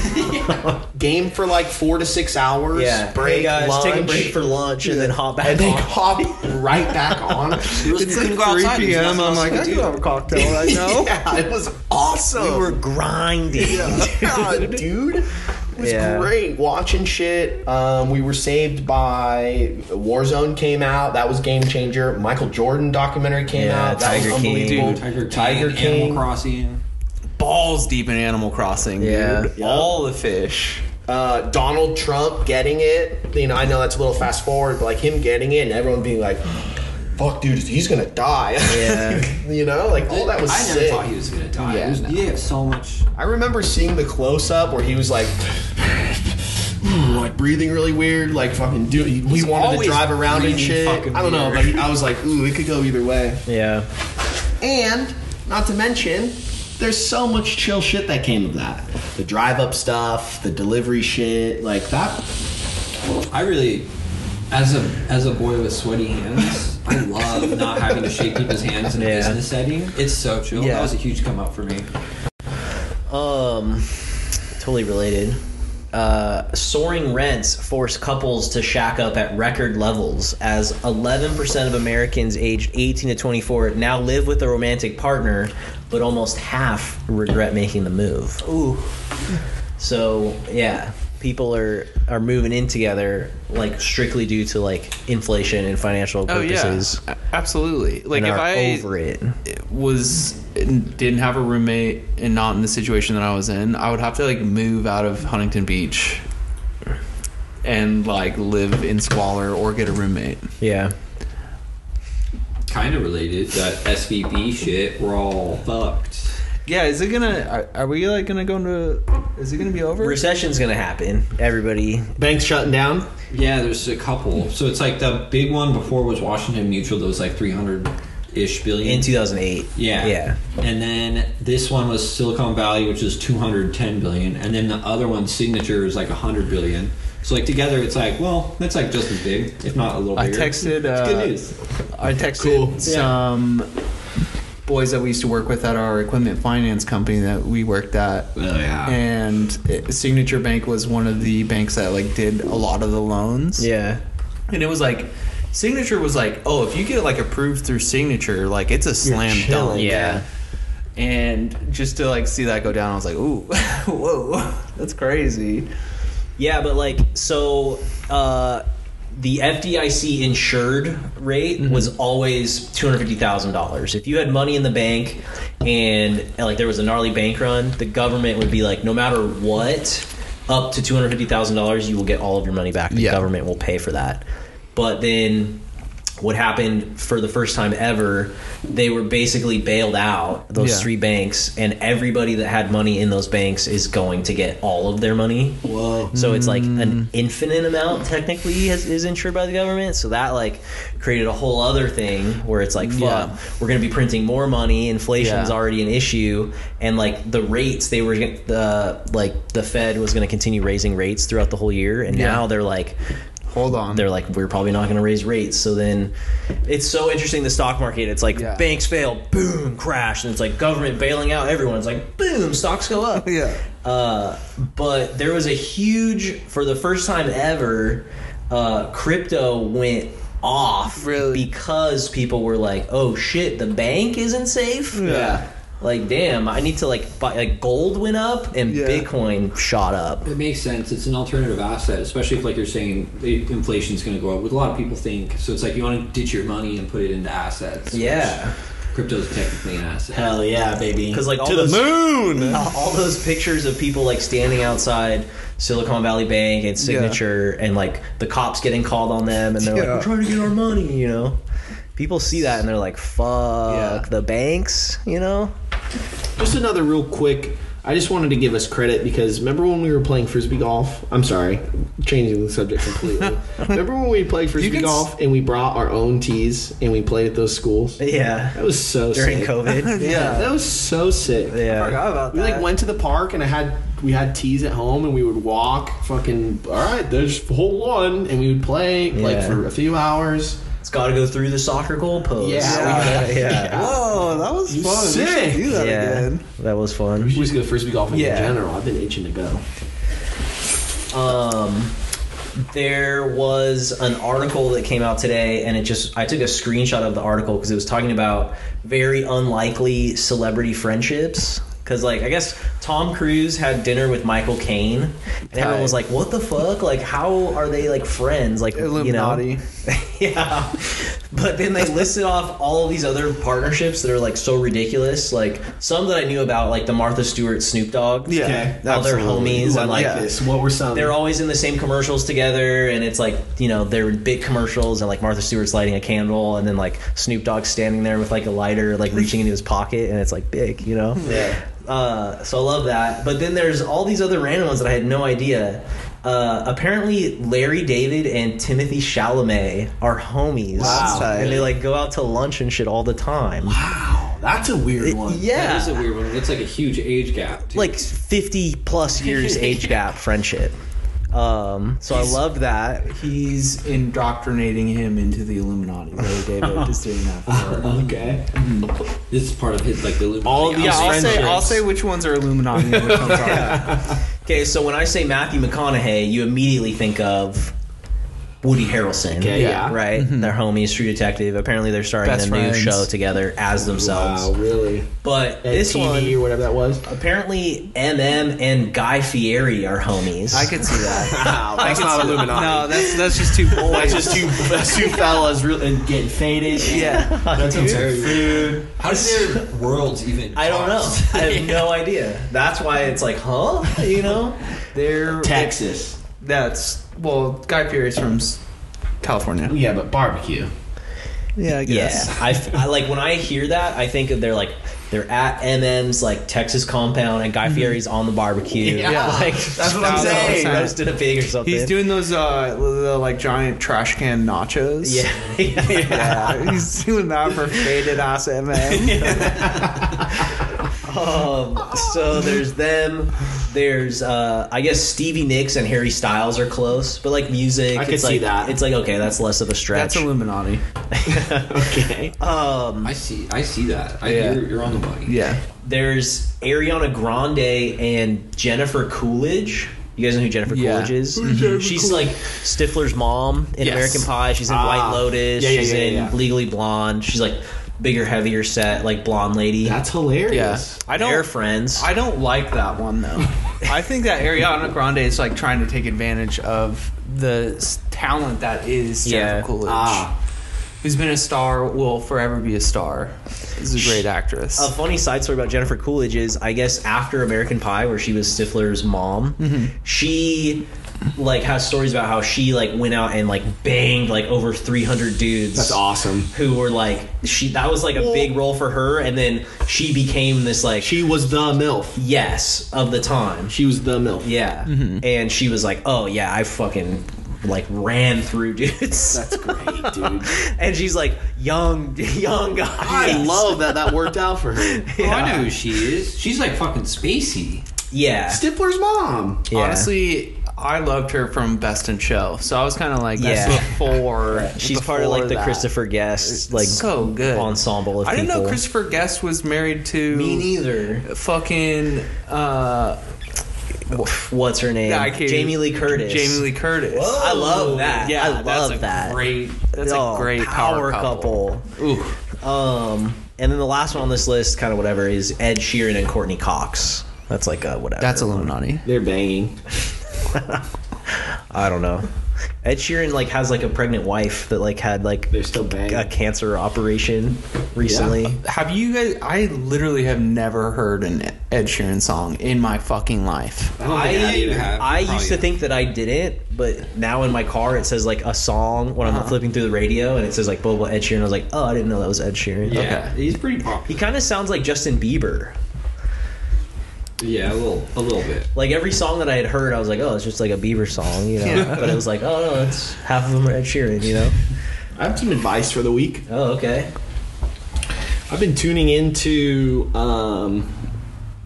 S2: game, game for like four to six hours.
S1: Yeah.
S2: break,
S1: hey guys,
S2: lunch,
S1: take a break for lunch and then hop back
S2: and then
S1: on.
S2: hop right back on.
S4: It was-
S3: it's like
S4: you couldn't go outside
S3: 3
S4: because
S3: p.m. I'm
S4: nothing
S3: like, I
S4: else to
S3: do have a cocktail right now.
S2: yeah, it was awesome.
S1: We were grinding.
S2: God, dude. It was
S1: Yeah.
S2: great watching shit. Um, we were saved by Warzone came out. That was game changer. Michael Jordan documentary came
S1: Yeah,
S2: out. That
S1: Tiger
S2: was
S1: King.
S2: unbelievable.
S1: Dude,
S4: Tiger King,
S2: "Ah." Tiger King.
S4: Animal Crossing.
S3: Balls deep in Animal Crossing,
S1: Yeah.
S3: dude. All the fish.
S2: Uh, Donald Trump getting it. You know, I know that's a little fast forward, but like him getting it and everyone being like, "Fuck, dude, he's gonna die."
S1: Yeah.
S2: you know, like all Oh, that was
S4: I never
S2: sick.
S4: thought he was going to die.
S2: Yeah.
S4: Yeah. There's, you have so much.
S2: I remember seeing the close up where he was like, "Hmm, like breathing really weird, like fucking do. He wanted to
S4: always
S2: drive around and
S4: breathing
S2: shit.
S4: fucking
S2: I don't know, but
S4: weird.
S2: I was like, ooh, it could go either way.
S1: Yeah.
S2: And not to mention, there's so much chill shit that came of that. The drive up stuff, the delivery shit, like that.
S4: I really, as a as a boy with sweaty hands, I love not having to shake people's hands in a
S1: Yeah.
S4: business setting. It's so chill.
S1: Yeah.
S4: That was a huge come up for me.
S1: Um, totally related. Uh, soaring rents force couples to shack up at record levels as 11% of Americans aged 18 to 24 now live with a romantic partner, but almost half regret making the move. Ooh. So, yeah, people are are moving in together like strictly due to like inflation and financial
S3: Oh
S1: purposes
S3: yeah, A- absolutely. Like
S1: and
S3: if
S1: are
S3: I
S1: over it.
S3: was and didn't have a roommate and not in the situation that I was in, I would have to like move out of Huntington Beach and like live in squalor or get a roommate.
S1: Yeah.
S4: Kind of related that SVB shit. We're all fucked.
S3: Yeah, is it gonna? Are, are we like gonna go into? Is it gonna be over?
S1: Recession's gonna happen. Everybody.
S2: Banks shutting down.
S4: Yeah, there's a couple. So it's like the big one before was Washington Mutual. That was like 300 ish billion.
S1: In 2008.
S4: yeah.
S1: Yeah.
S4: And then this one was Silicon Valley, which is 210 billion. And then the other one, Signature, is like 100 billion. So like together, it's like well, that's like just as big, if not a little
S3: I
S4: bigger.
S3: texted. Uh,
S4: It's good news.
S3: I texted
S2: Cool.
S3: some boys that we used to work with at our equipment finance company that we worked at.
S4: Oh, yeah.
S3: And it- Signature Bank was one of the banks that like did a lot of the loans.
S1: Yeah.
S3: And it was like Signature was like, "Oh, if you get like approved through Signature, like it's a slam dunk."
S1: Yeah.
S3: And just to like see that go down, I was like, "Ooh, whoa, that's crazy."
S1: Yeah, but like so uh the FDIC insured rate
S3: Mm-hmm.
S1: was always two hundred fifty thousand dollars. If you had money in the bank and and, like there was a gnarly bank run, the government would be like, no matter what, up to two hundred fifty thousand dollars, you will get all of your money back. The
S3: Yeah.
S1: government will pay for that. But then what happened for the first time ever, they were basically bailed out those
S3: Yeah.
S1: three banks, and everybody that had money in those banks is going to get all of their money.
S2: Whoa.
S1: So it's like
S3: Mm.
S1: an infinite amount technically is, is insured by the government. So that like created a whole other thing where it's like, fuck,
S3: Yeah.
S1: we're going to be printing more money. Inflation's
S3: Yeah.
S1: already an issue, and like the rates they were gonna- the like the Fed was going to continue raising rates throughout the whole year, and
S3: Yeah.
S1: now they're like,
S3: Hold on.
S1: they're like, we're probably not going to raise rates. So then it's so interesting the stock market. It's like
S3: Yeah.
S1: banks fail, boom, crash, and it's like government bailing out everyone. It's like boom, stocks go up.
S3: Yeah.
S1: Uh, but there was a huge, for the first time ever, uh, crypto went off
S3: Really?
S1: because people were like, "Oh shit, the bank isn't safe."
S3: Yeah.
S1: Like, damn, I need to like buy. Like, gold went up and
S3: Yeah.
S1: Bitcoin shot up.
S4: It makes sense. It's an alternative asset, especially if, like you're saying, the inflation's going to go up, which a lot of people think. So it's like you want to ditch your money and put it into assets. which
S1: Yeah.
S4: Crypto's technically an asset.
S2: Hell yeah, baby.
S1: Because like all
S3: to the
S1: those,
S3: moon.
S1: all all those pictures of people like standing outside Silicon Valley Bank and Signature, and like the cops getting called on them, and they're like,
S3: Yeah.
S1: "We're trying to get our money," you know. People see that and they're like, "Fuck
S3: Yeah.
S1: the banks," you know.
S2: Just another real quick. I just wanted to give us credit because remember when we were playing frisbee golf? I'm sorry, changing the subject completely. remember when we played frisbee
S3: can s-
S2: golf and we brought our own tees and we played at those schools?
S1: Yeah,
S2: That was so
S1: during
S2: sick.
S1: COVID.
S2: Yeah, that was so sick.
S1: Yeah,
S3: about
S2: We like
S3: Like,
S2: went to the park and I had we had tees at home and we would walk fucking all right. There's hole one and we would play like
S1: Yeah.
S2: for a few hours.
S1: it's got to go through the soccer goal post.
S2: Yeah.
S1: yeah. yeah.
S3: Whoa, that was fun. We should
S2: sick.
S3: do that
S1: Yeah.
S3: again.
S1: that was fun.
S2: We should just go frisbee golfing
S3: Yeah.
S2: in general. I've been itching to go.
S1: Um, there was an article that came out today, and it just I took a screenshot of the article because it was talking about very unlikely celebrity friendships. Because like I guess Tom Cruise had dinner with Michael Caine, and everyone
S3: Right.
S1: was like, "What the fuck? Like, how are they like friends? Like, you
S3: Illuminati.
S1: know." yeah. But then they listed off all of these other partnerships that are like so ridiculous. Like some that I knew about, like the Martha Stewart Snoop Dogg.
S3: Yeah,
S1: All their
S2: absolutely.
S1: homies
S2: Ooh, I
S1: and
S2: like
S1: like
S2: this. What were some?
S1: they're always in the same commercials together and it's like you know they're in big commercials and like martha stewart's lighting a candle and then like snoop dogg's standing there with like a lighter like reaching into his pocket and it's like big you know
S2: Yeah.
S1: uh, so i love that but then there's all these other random ones that i had no idea uh, apparently larry david and timothy chalamet are homies
S2: Wow.
S1: and they like go out to lunch and shit all the time
S2: Wow, that's a weird one.
S1: yeah
S4: That is a weird one. It's like a huge age gap. Too.
S1: like 50 plus years age gap friendship um, so i love that
S3: He's indoctrinating him into the Illuminati. Larry David is doing that for.
S2: Okay.
S4: this is part of his like the
S2: Mm. All the-
S3: Yeah, I'll say I'll
S2: friendships.
S3: say which ones are Illuminati and which ones aren't.
S1: Okay, so when I say Matthew McConaughey, you immediately think of Woody Harrelson.
S2: Okay, yeah.
S1: Right? Their homies, True Detective. Apparently, they're starting
S3: Mm-hmm. Best
S1: a new
S3: friends.
S1: show together as themselves.
S2: Wow, really?
S1: But
S2: And
S1: this
S2: TV
S1: one,
S2: or whatever that was.
S1: apparently, MM and Guy Fieri are homies.
S3: I could see that.
S2: Wow, that's not Illuminati.
S3: No, that's that's just too bold.
S2: That's just two that's two fellas really, and getting faded.
S3: yeah.
S2: That's absurd.
S4: Dude, how does their worlds even?
S1: I don't know. I have no idea. That's why it's like, huh? You know?
S3: They're
S2: Texas.
S3: that's well, Guy Fieri's from s- California.
S2: Yeah, but barbecue.
S3: Yeah, I guess.
S1: Yeah, I, f- I- like when I hear that, I think of they're like they're at MM's like Texas compound, and Guy Fieri's on the barbecue.
S3: Mm-hmm. Yeah. Yeah.
S1: like
S3: That's what I'm saying.
S1: Roasted a pig or something.
S3: He's doing those uh the, like giant trash can nachos.
S1: Yeah,
S3: Yeah, he's doing that for faded ass MA.
S1: Um, so there's them. There's uh, I guess Stevie Nicks and Harry Styles are close, but like music,
S2: I could
S1: it's
S2: see
S1: like,
S2: that.
S1: It's like okay, that's less of a stretch.
S3: That's Illuminati.
S2: Okay.
S1: um,
S4: I see. I see that. I,
S3: Yeah.
S4: you're, you're on the money.
S3: Yeah.
S1: there's Ariana Grande and Jennifer Coolidge. You guys know who Jennifer
S3: Yeah.
S1: Coolidge is? Mm-hmm. She's like Stifler's mom in
S3: Yes.
S1: American Pie. She's in
S2: Ah.
S1: White Lotus.
S2: Yeah, yeah,
S1: She's
S2: yeah,
S1: in
S2: yeah.
S1: Legally Blonde. She's like bigger, heavier set, like blonde lady.
S2: That's hilarious.
S3: I don't
S1: They're friends.
S3: I don't like that one though. I think that Ariana Grande is like trying to take advantage of the s- talent that is Jennifer
S1: Yeah.
S3: Coolidge,
S2: Ah.
S3: who's been a star, will forever be a star. Is a great actress.
S1: a funny side story about Jennifer Coolidge is, I guess, after American Pie, where she was Stifler's mom,
S2: Mm-hmm.
S1: she like has stories about how she like went out and like banged like over three hundred dudes.
S2: That's awesome.
S1: Who were like she? That was like a big role for her, and then she became this like
S2: She was the MILF.
S1: yes of the time.
S2: She was the MILF.
S1: Yeah.
S2: Mm-hmm.
S1: And she was like, "Oh yeah, I fucking like ran through dudes."
S2: That's great, dude.
S1: and she's like, "Young, young guys."
S2: I love that that worked out for her.
S4: Oh, I know who she is. She's like fucking spacey.
S1: Yeah.
S2: Stifler's mom.
S1: yeah.
S3: Honestly, I loved her from Best in Show, so I was kind of like,
S1: Yeah.
S3: that's before
S1: she's part of like
S3: before
S1: the
S3: that.
S1: Christopher Guest like
S3: so good
S1: ensemble of
S3: I didn't know
S1: people.
S3: Christopher Guest was married to
S1: Me neither.
S3: fucking uh,
S1: What's her name?
S3: yeah, I can't-
S1: Jamie Lee Curtis.
S3: Jamie Lee Curtis.
S1: I love that.
S3: Yeah,
S1: I
S3: that's
S1: love
S3: a
S1: that.
S3: Great, that's
S1: Oh,
S3: a great power, couple. Ooh,
S1: Um, and then the last one on this list, kind of whatever, is Ed Sheeran and Courtney Cox. That's like uh, whatever.
S3: that's Illuminati.
S2: They're banging.
S1: I don't know. Ed Sheeran like has like a pregnant wife that like had like
S2: They're still banging.
S1: a cancer operation recently.
S3: Have you guys? I literally have never heard an Ed Sheeran song in my fucking life.
S4: Oh,
S2: I don't think I, either
S1: I,
S2: have.
S1: I used to think that I didn't, but now in my car it says like a song when I'm
S2: Uh-huh.
S1: flipping through the radio and it says like blah blah Ed Sheeran. I was like, oh, I didn't know that was Ed Sheeran.
S4: Yeah,
S1: Okay.
S4: he's pretty popular.
S1: He kind of sounds like Justin Bieber.
S4: Yeah, a little, a little bit.
S1: Like every song that I had heard, I was like, oh, it's just like a Bieber song, you know. But it was like, oh no, it's half of them are Ed Sheeran, you know.
S2: I have some advice for the week.
S1: Oh okay.
S2: I've been tuning into um,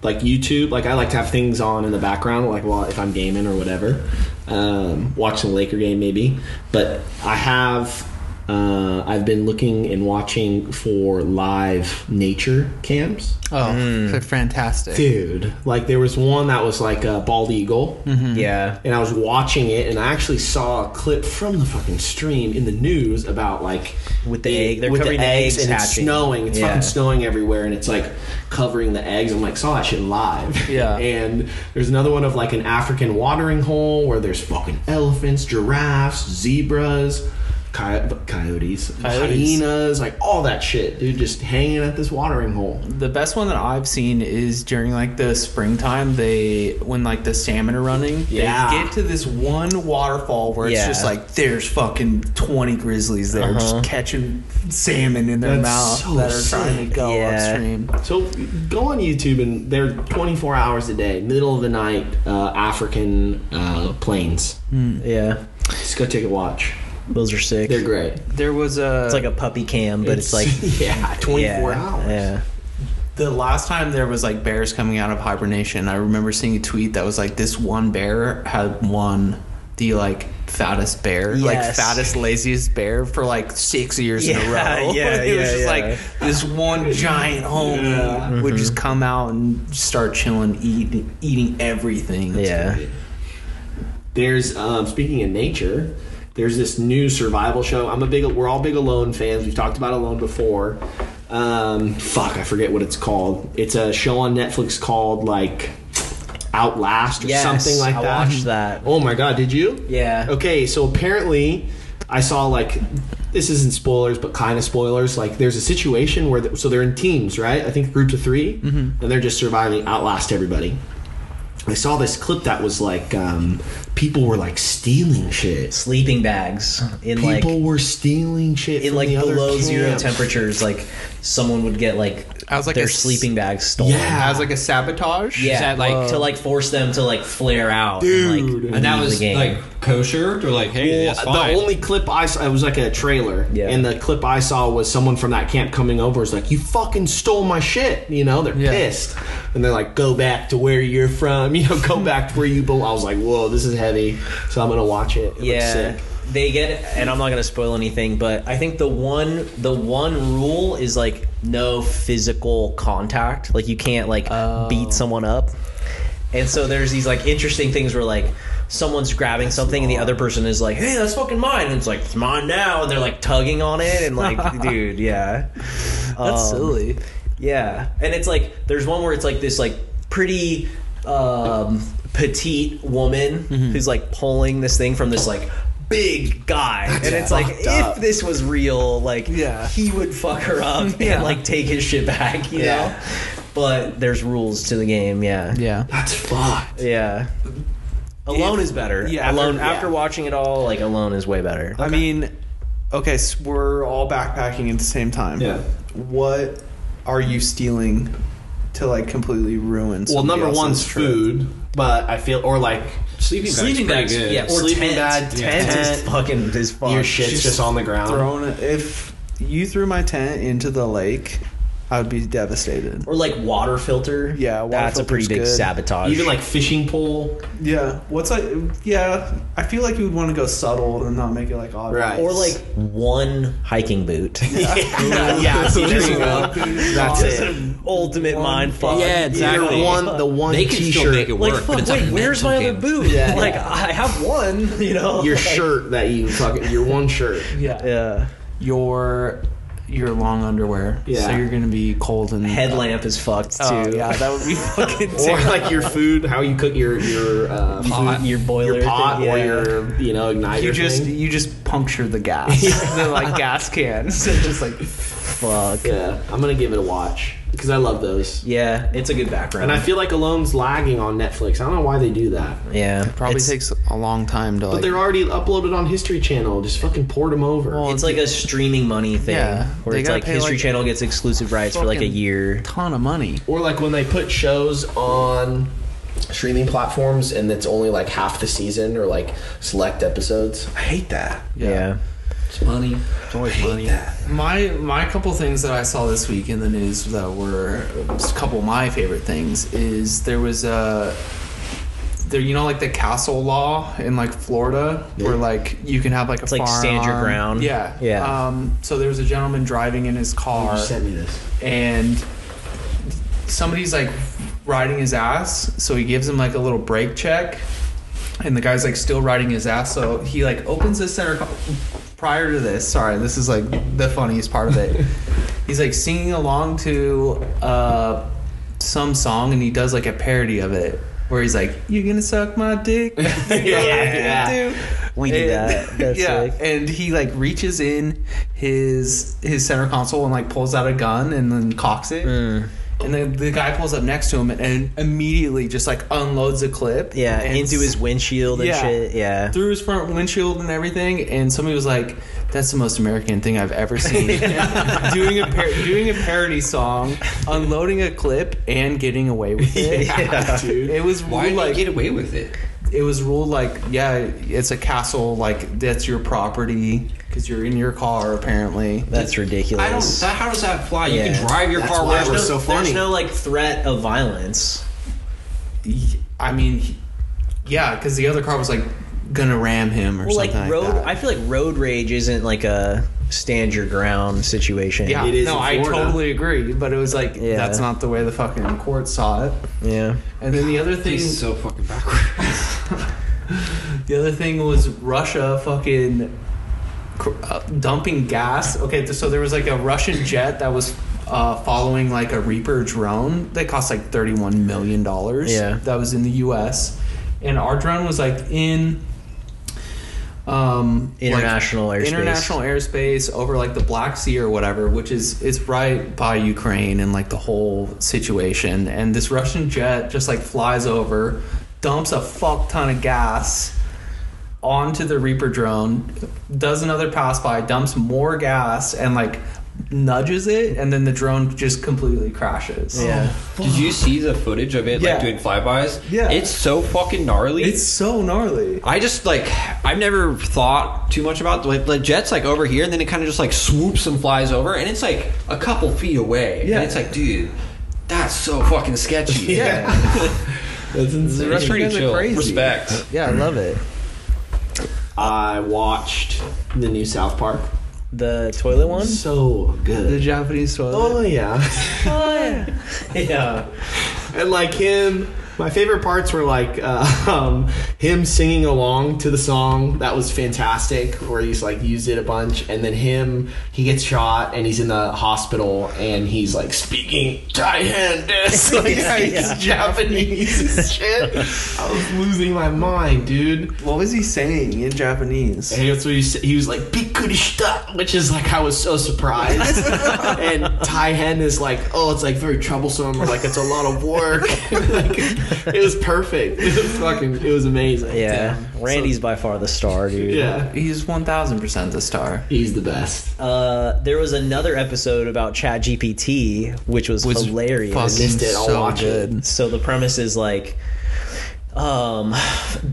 S2: like YouTube. Like I like to have things on in the background, like while if I'm gaming or whatever, um, watching the Laker game maybe. But I have uh, I've been looking and watching for live nature cams,
S3: Oh,
S1: Mm.
S3: they're fantastic.
S2: dude. Like there was one that was like a bald eagle,
S1: Mm-hmm. Yeah.
S2: and I was watching it, and I actually saw a clip from the fucking stream in the news about like
S1: With the
S2: it-
S1: egg, they're
S2: with
S1: covering the, eggs,
S2: and it's
S1: hatching.
S2: snowing. It's
S1: Yeah.
S2: fucking snowing everywhere, and it's like covering the eggs. I'm like saw that shit live.
S3: Yeah.
S2: and there's another one of like an African watering hole where there's fucking elephants, giraffes, zebras. coy- Coyotes,
S3: Coyotes.
S2: hyenas, like all that shit, dude, just hanging at this watering hole.
S3: The best one that I've seen is during like the springtime. They when like the salmon are running,
S2: Yeah.
S3: they get to this one waterfall where it's
S1: Yeah.
S3: just like there's fucking twenty grizzlies there just catching salmon in their
S2: Uh-huh. That's
S3: mouth
S2: so
S3: that are trying
S2: sick.
S3: to go
S1: Yeah.
S3: upstream.
S2: So go on YouTube and they're 24 hours a day, middle of the night, uh, African uh, plains.
S1: Yeah.
S2: Just go take a watch.
S1: Those are sick.
S2: They're great.
S3: There was a
S1: it's like a puppy cam, but it's, like
S2: yeah, 24
S1: yeah,
S2: hours.
S1: Yeah.
S3: The last time there was like bears coming out of hibernation, I remember seeing a tweet that was like this one bear had won the like fattest bear, like
S1: Yes.
S3: fattest laziest bear for like six years in a
S1: Yeah,
S3: row.
S1: yeah,
S3: it was
S1: yeah,
S3: just
S1: yeah.
S3: like this one giant homie would just come out and start chilling, eating, eating everything.
S1: Yeah.
S2: There's um, speaking of nature, There's this new survival show. I'm a big. We're all big Alone fans. We've talked about Alone before. Um, fuck, I forget what it's called. It's a show on Netflix called like Outlast or
S1: Yes,
S2: something like
S1: I
S2: that.
S1: watched that.
S2: Oh my god, did you?
S1: Yeah.
S2: Okay, so apparently, I saw like this isn't spoilers, but kind of spoilers. Like, there's a situation where the, so they're in teams, right? I think groups of 3
S1: Mm-hmm.
S2: and they're just surviving, outlast everybody. I saw this clip that was like um, people were like stealing shit.
S1: Sleeping bags in
S2: People
S1: like
S2: were stealing shit
S1: in
S2: from
S1: like
S2: the other
S1: below zero
S2: camp.
S1: temperatures. Like someone would get like
S3: I was like
S1: their
S3: a s-
S1: sleeping bags stolen.
S2: Yeah.
S3: As like a sabotage.
S1: Yeah,
S3: Is that uh, like
S1: to like force them to like flare out, and,
S2: Dude.
S1: like,
S2: And
S4: and that
S1: leave
S4: was
S1: the game.
S4: like kosher. They're like, hey,
S2: Well,
S4: that's fine.
S2: the only clip I saw it was like a trailer,
S1: Yeah.
S2: and the clip I saw was someone from that camp coming over. Is like, you fucking stole my shit. You know, they're
S3: Yeah.
S2: pissed, and they're like, go back to where you're from. You know, go back to where you belong. I was like, whoa, this is heavy. So I'm gonna watch it. it looks
S1: yeah,
S2: sick.
S1: they get, and I'm not gonna spoil anything, but I think the one the one rule is like no physical contact. Like you can't like
S2: Oh.
S1: beat someone up. And so there's these like interesting things where like someone's grabbing something and the other person is like, "Hey, that's fucking mine," and it's like, "It's mine now," and they're like tugging on it and like, dude, yeah,
S3: that's
S1: Um,
S3: silly.
S1: Yeah, and it's like there's one where it's like this like pretty um, petite woman who's like pulling this thing from this like big guy, and it's like
S2: fucked
S1: if
S2: up.
S1: this was real, like
S3: Yeah.
S1: he would fuck her up
S3: Yeah.
S1: and like take his shit back, you
S2: Yeah.
S1: know. But there's rules to the game, yeah,
S3: Yeah.
S2: That's fucked.
S1: yeah. Alone is better.
S3: yeah,
S1: alone.
S3: after-
S1: After watching it all, like alone is way better.
S3: I mean, okay, so we're all backpacking at the same time.
S2: Yeah.
S3: What are you stealing to like completely ruin?
S2: Well,
S3: somebody
S2: number
S3: else's
S2: one's
S3: trip?
S2: food, but I feel or like
S4: sleeping bags.
S1: Sleeping
S4: pretty
S1: bags,
S4: good.
S1: yeah, or
S2: Sleeping
S1: tent.
S2: bag,
S1: tent, is
S2: tent.
S1: fucking is fun.
S2: your shit's
S3: Just
S2: just, on the ground.
S3: Throwing it, if you threw my tent into the lake, I would be devastated.
S1: or like water filter.
S3: Yeah, water
S1: that's a pretty
S3: filter's
S1: big
S3: good.
S1: sabotage.
S2: Even like fishing pole,
S3: Yeah, what's like? Yeah, I feel like you would want to go subtle and not make it like obvious.
S2: right?
S1: or like one hiking boot.
S2: yeah, yeah see, there you go. That's
S1: Just
S2: it.
S1: an ultimate mind fuck.
S4: Yeah, exactly.
S2: Your one, the one
S4: They can still
S2: t-shirt
S4: make it work,
S1: Like
S4: but
S1: fuck,
S4: it's like
S1: wait, where's my other boot?
S2: Yeah.
S1: like I have one, you know.
S2: your
S1: like-
S2: shirt that you fucking your one shirt.
S3: Yeah.
S1: Yeah.
S3: Your your long underwear.
S2: Yeah.
S3: So you're gonna be cold and
S1: Headlamp is fucked too.
S3: Oh, yeah, that would be fucking.
S2: Or
S3: terrible.
S2: like your food, how you cook your your uh,
S1: Pot,
S2: food,
S1: your boiler
S2: your pot,
S1: thing,
S2: or
S1: yeah.
S2: your you know igniter.
S3: You just
S2: thing.
S3: you just puncture the gas, the like gas can. So just like
S1: Fuck. Yeah.
S2: yeah. I'm gonna give it a watch because I love those,
S1: it's a good background.
S2: and I feel like Alone's lagging on Netflix. I don't know why they do that,
S1: yeah,
S3: probably
S1: it's,
S3: takes a long time to.
S2: but
S3: Like,
S2: they're already uploaded on History Channel. Just fucking port them over.
S1: It's like a streaming money thing,
S3: Yeah,
S1: where
S3: they
S1: it's
S3: gotta
S1: like
S3: pay,
S1: History
S3: like,
S1: Channel gets exclusive rights for like a
S3: fucking-
S1: year.
S3: ton of money.
S2: or like when they put shows on.
S5: Streaming platforms, and it's only like half the season or like select episodes. I hate that.
S1: Yeah,
S4: It's money.
S3: it's always money. My my couple things that I saw this week in the news that were a couple of my favorite things is there was a there you know like the castle law in like Florida where like you can have like a
S1: like stand your
S3: firearm.
S1: ground.
S3: Yeah,
S1: Yeah.
S3: Um, so there was a gentleman driving in his car
S2: You sent me this.
S3: and somebody's like riding his ass, so he gives him like a little brake check, and the guy's like still riding his ass, so he like opens his center. co- Prior to this, sorry, this is like the funniest part of it. He's like singing along to uh, some song, and he does like a parody of it. Where he's like, "You're gonna suck my dick." You know what I'm
S2: Yeah.
S3: gonna do?"
S1: We do that. That's
S3: yeah,
S1: sick.
S3: and he like reaches in his his center console and like pulls out a gun and then cocks it.
S1: Mm.
S3: And then the guy pulls up next to him and immediately just like unloads a clip.
S1: yeah,
S3: and
S1: into his windshield and
S3: Yeah.
S1: shit. Yeah,
S3: through his front windshield and everything. And somebody was like, "That's the most American thing I've ever seen." doing a par- doing a parody song, unloading a clip, and getting away with it.
S1: Yeah.
S2: Dude.
S3: It was
S4: Why
S3: ruled,
S4: do
S3: like
S4: you get away with it?
S3: it was ruled like yeah it's a castle like that's your property because you're in your car apparently
S1: that's ridiculous.
S4: I don't. That, how does that fly? You
S1: Yeah.
S4: can drive your
S2: That's
S4: car
S2: why
S4: wherever.
S2: we're
S4: it's
S2: so funny.
S1: There's no like threat of violence.
S3: i mean he- yeah because the other car was like gonna ram him or
S1: Well, like
S3: something like,
S1: road,
S3: that
S1: I feel like road rage isn't like a stand your ground situation.
S3: yeah
S2: It is
S3: no
S2: in
S3: i
S2: Florida.
S3: totally agree but it was like
S1: Yeah.
S3: that's not the way the fucking court saw it
S1: yeah.
S3: and then the other thing
S4: He's so fucking backward.
S3: The other thing was Russia fucking cr- uh, dumping gas. Okay, th- so there was like a Russian jet that was uh, following like a Reaper drone that cost like thirty-one million dollars.
S1: Yeah.
S3: that was in the U.S. And our drone was like in um, like,
S1: International airspace.
S3: international airspace over like the Black Sea or whatever, which is it's right by Ukraine and like the whole situation. And this Russian jet just like flies over, dumps a fuck ton of gas onto the Reaper drone, does another pass by, dumps more gas, and like nudges it, and then the drone just completely crashes.
S1: Yeah.
S4: Did you see the footage of it
S3: Yeah.
S4: like doing flybys?
S3: Yeah.
S4: It's so fucking gnarly.
S3: It's so gnarly.
S4: I just like I've never thought too much about like the jet's like over here and then it kind of just like swoops and flies over and it's like a couple feet away.
S3: Yeah.
S4: And it's like, dude, that's so fucking sketchy.
S2: That's
S4: The
S2: insane.
S4: rest pretty
S2: You guys are
S4: chill.
S2: crazy.
S4: Respect.
S1: Yeah, I love it.
S2: I watched the new South Park.
S1: The toilet one?
S2: So
S3: The
S2: good.
S3: Japanese
S2: Oh
S3: toilet.
S2: yeah.
S1: Yeah.
S2: And like him, my favorite parts were like uh, um, him singing along to the song. That was fantastic. Where he's like used it a bunch, and then him, he gets shot and he's in the hospital and he's like speaking Taihandis, like
S1: Yeah,
S2: speaks
S1: yeah.
S2: Japanese and shit. I was losing my mind, dude.
S3: What was he saying in Japanese?
S2: And that's what he said. He was like, "Bikurishita," which is like I was so surprised. and Tai Hen is like, "Oh, it's like very troublesome. Or like it's a lot of work." like, it was perfect. It was fucking. It was amazing.
S1: Yeah.
S3: Damn.
S1: Randy's by far the star, dude.
S2: Yeah.
S3: He's 1000% the star.
S2: He's the best.
S1: Uh, there was another episode about ChatGPT, which was,
S3: Was
S1: hilarious.
S3: fucking
S2: Missed it. I'll watch it.
S1: So the premise is like, um,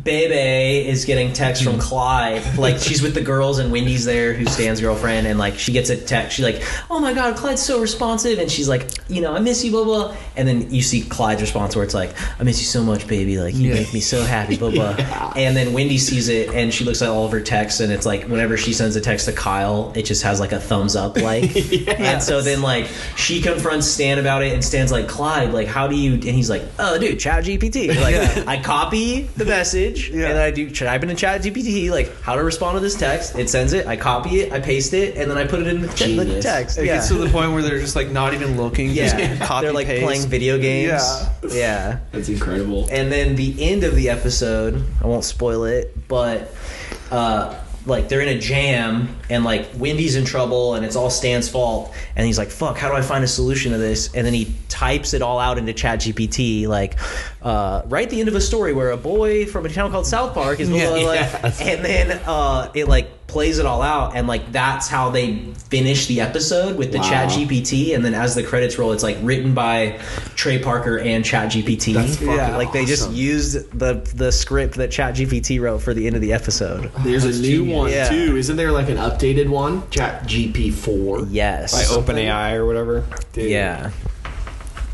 S1: Bebe is getting text from Clyde. Like she's with the girls and Wendy's there, who's Stan's girlfriend, and like she gets a text. She's like, "Oh my god, Clyde's so responsive," and she's like, "You know, I miss you, blah blah." And then you see Clyde's response where it's like, "I miss you so much, baby. Like you
S3: Yeah.
S1: make me so happy, blah blah." And then Wendy sees it and she looks at all of her texts, and it's like whenever she sends a text to Kyle, it just has like a thumbs up, like. And so then like she confronts Stan about it, and Stan's like, Clyde, like how do you? And he's like, Oh, dude, Chat GPT. Like I copy the message
S3: Yeah.
S1: and I do type into Chat GPT like how to respond to this text. It sends it. I copy it. I paste it, and then I put it in the, te- the
S2: Genius.
S1: text.
S3: It
S1: yeah.
S3: gets to the point where they're just like not even looking.
S1: yeah,
S3: Just copy
S1: they're like
S3: paste.
S1: playing video games.
S3: Yeah.
S1: yeah.
S2: That's incredible.
S1: And then the end of the episode, I won't spoil it, but uh, like they're in a jam and like Wendy's in trouble and it's all Stan's fault. And he's like, fuck, how do I find a solution to this? And then he types it all out into ChatGPT, like, uh, write the end of a story where a boy from a town called South Park is. Blah, blah, blah. And then uh, it like plays it all out and like that's how they finish the episode with the
S2: Wow.
S1: Chat ChatGPT. And then as the credits roll, it's like written by Trey Parker and ChatGPT.
S2: That's fucking
S3: Yeah.
S1: Like they just
S2: awesome.
S1: used the the script that ChatGPT wrote for the end of the episode.
S2: There's a new one
S1: Yeah.
S2: too. Isn't there like an updated one? Chat GP four.
S4: By
S1: Yes.
S4: OpenAI or whatever.
S1: Yeah.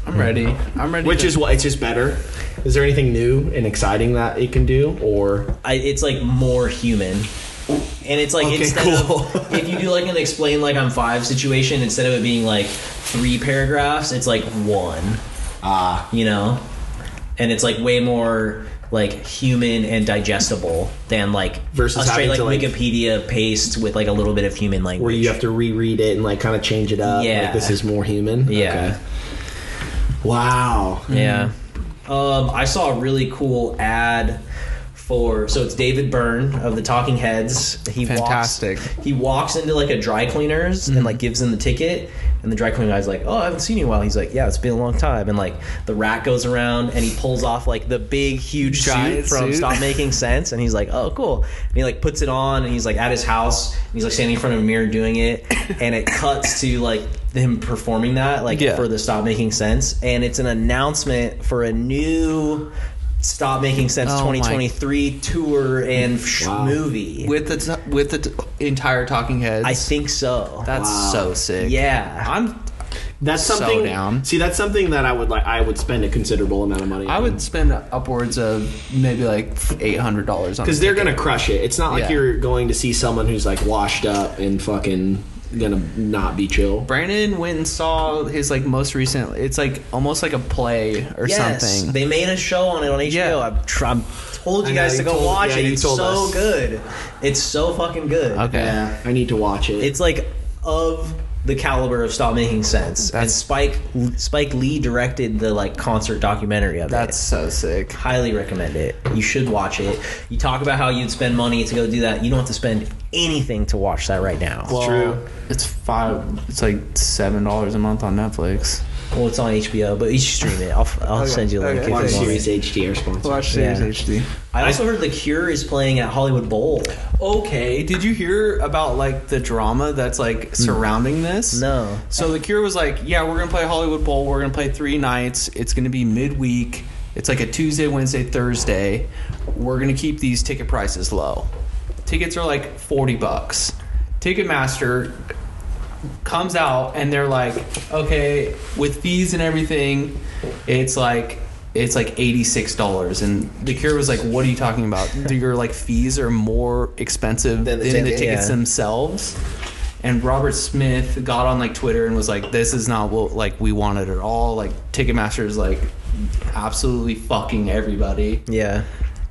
S3: I'm ready. I'm ready.
S2: Which
S3: to-
S2: is what it's just better. Is there anything new and exciting that it can do, or
S1: I, it's like more human. And it's like
S2: Okay,
S1: instead
S2: cool.
S1: of if you do like an explain like I'm five situation, instead of it being like three paragraphs, it's like one.
S2: ah,
S1: you know and it's like way more like human and digestible than like
S2: Versus
S1: a straight like,
S2: having to, like-
S1: wikipedia paste with like a little bit of human language
S2: where you have to reread it and like kind of change it up.
S1: Yeah.
S2: like, this is more human.
S1: Yeah.
S2: Okay. Wow.
S1: yeah um, i saw a really cool ad for so it's david byrne of the talking heads he
S3: Fantastic. Mm-hmm.
S1: walks, he walks into like a dry cleaners and like gives him the ticket and the dry cleaner guy's like, "Oh, I haven't seen you in a while." He's like, "Yeah, it's been a long time." And like the rat goes around and he pulls off like the big, huge
S3: Giant
S1: suit from
S3: suit.
S1: Stop Making Sense, and he's like, "Oh, cool." And he like puts it on, and he's like at his house, and he's like standing in front of a mirror doing it, and it cuts to like him performing that, like
S3: Yeah.
S1: for the Stop Making Sense, and it's an announcement for a new. Stop making sense.
S3: Oh my-
S1: 2023 tour and sh-
S2: Wow.
S1: movie.
S3: with the t- with the t- entire Talking Heads.
S1: I think so.
S3: that's
S2: Wow.
S3: so sick.
S1: yeah.
S3: I'm.
S2: That's
S3: So
S2: something.
S3: down.
S2: See, that's something that I would like. I would spend a considerable amount of money.
S3: I would spend upwards of maybe like eight hundred dollars on.
S2: because they're gonna crush it. It's not like
S3: Yeah.
S2: you're going to see someone who's like washed up and fucking
S6: gonna not be chill.
S3: Brandon went and saw his like most recent. It's like almost like a play or something.
S1: They made a show on it on HBO.
S3: Yeah.
S1: I've, tr- I've told you
S6: I know,
S1: guys
S6: you
S1: to go
S6: told-
S1: watch
S6: yeah,
S1: it.
S6: you
S1: It's
S6: told
S1: so
S6: us.
S1: good. It's so fucking good.
S3: okay.
S6: Yeah, I need to watch it.
S1: It's like of the caliber of Stop Making Sense. and
S3: That's-
S1: Spike Spike Lee directed the like concert documentary of
S3: That's
S1: it.
S3: so sick.
S1: Highly recommend it. You should watch it. You talk about how you'd spend money to go do that. You don't have to spend anything to watch that right now. Well,
S6: true.
S3: It's five. It's like seven dollars a month on Netflix.
S1: it's on HBO, but you should stream it. I'll, I'll send you a link
S3: okay.
S1: if you
S6: Watch
S1: want.
S6: Series HD or sponsor.
S3: Watch
S1: Yeah.
S3: Series HD.
S1: I also heard The Cure is playing at Hollywood Bowl.
S3: Okay, did you hear about like the drama that's like surrounding this?
S1: No.
S3: So the Cure was like, yeah, we're gonna play Hollywood Bowl. We're gonna play three nights. It's gonna be midweek. It's like a Tuesday, Wednesday, Thursday. We're gonna keep these ticket prices low. Tickets are like forty bucks. Ticketmaster comes out and they're like, okay, with fees and everything, it's like it's like eighty six dollars. And the Cure was like, what are you talking about? Your like fees are more expensive than
S2: Than the
S3: the,
S2: ticket,
S3: tickets
S1: yeah.
S3: themselves. And Robert Smith got on like Twitter and was like, this is not what like we wanted at all. Like Ticketmaster is like absolutely fucking everybody
S1: Yeah.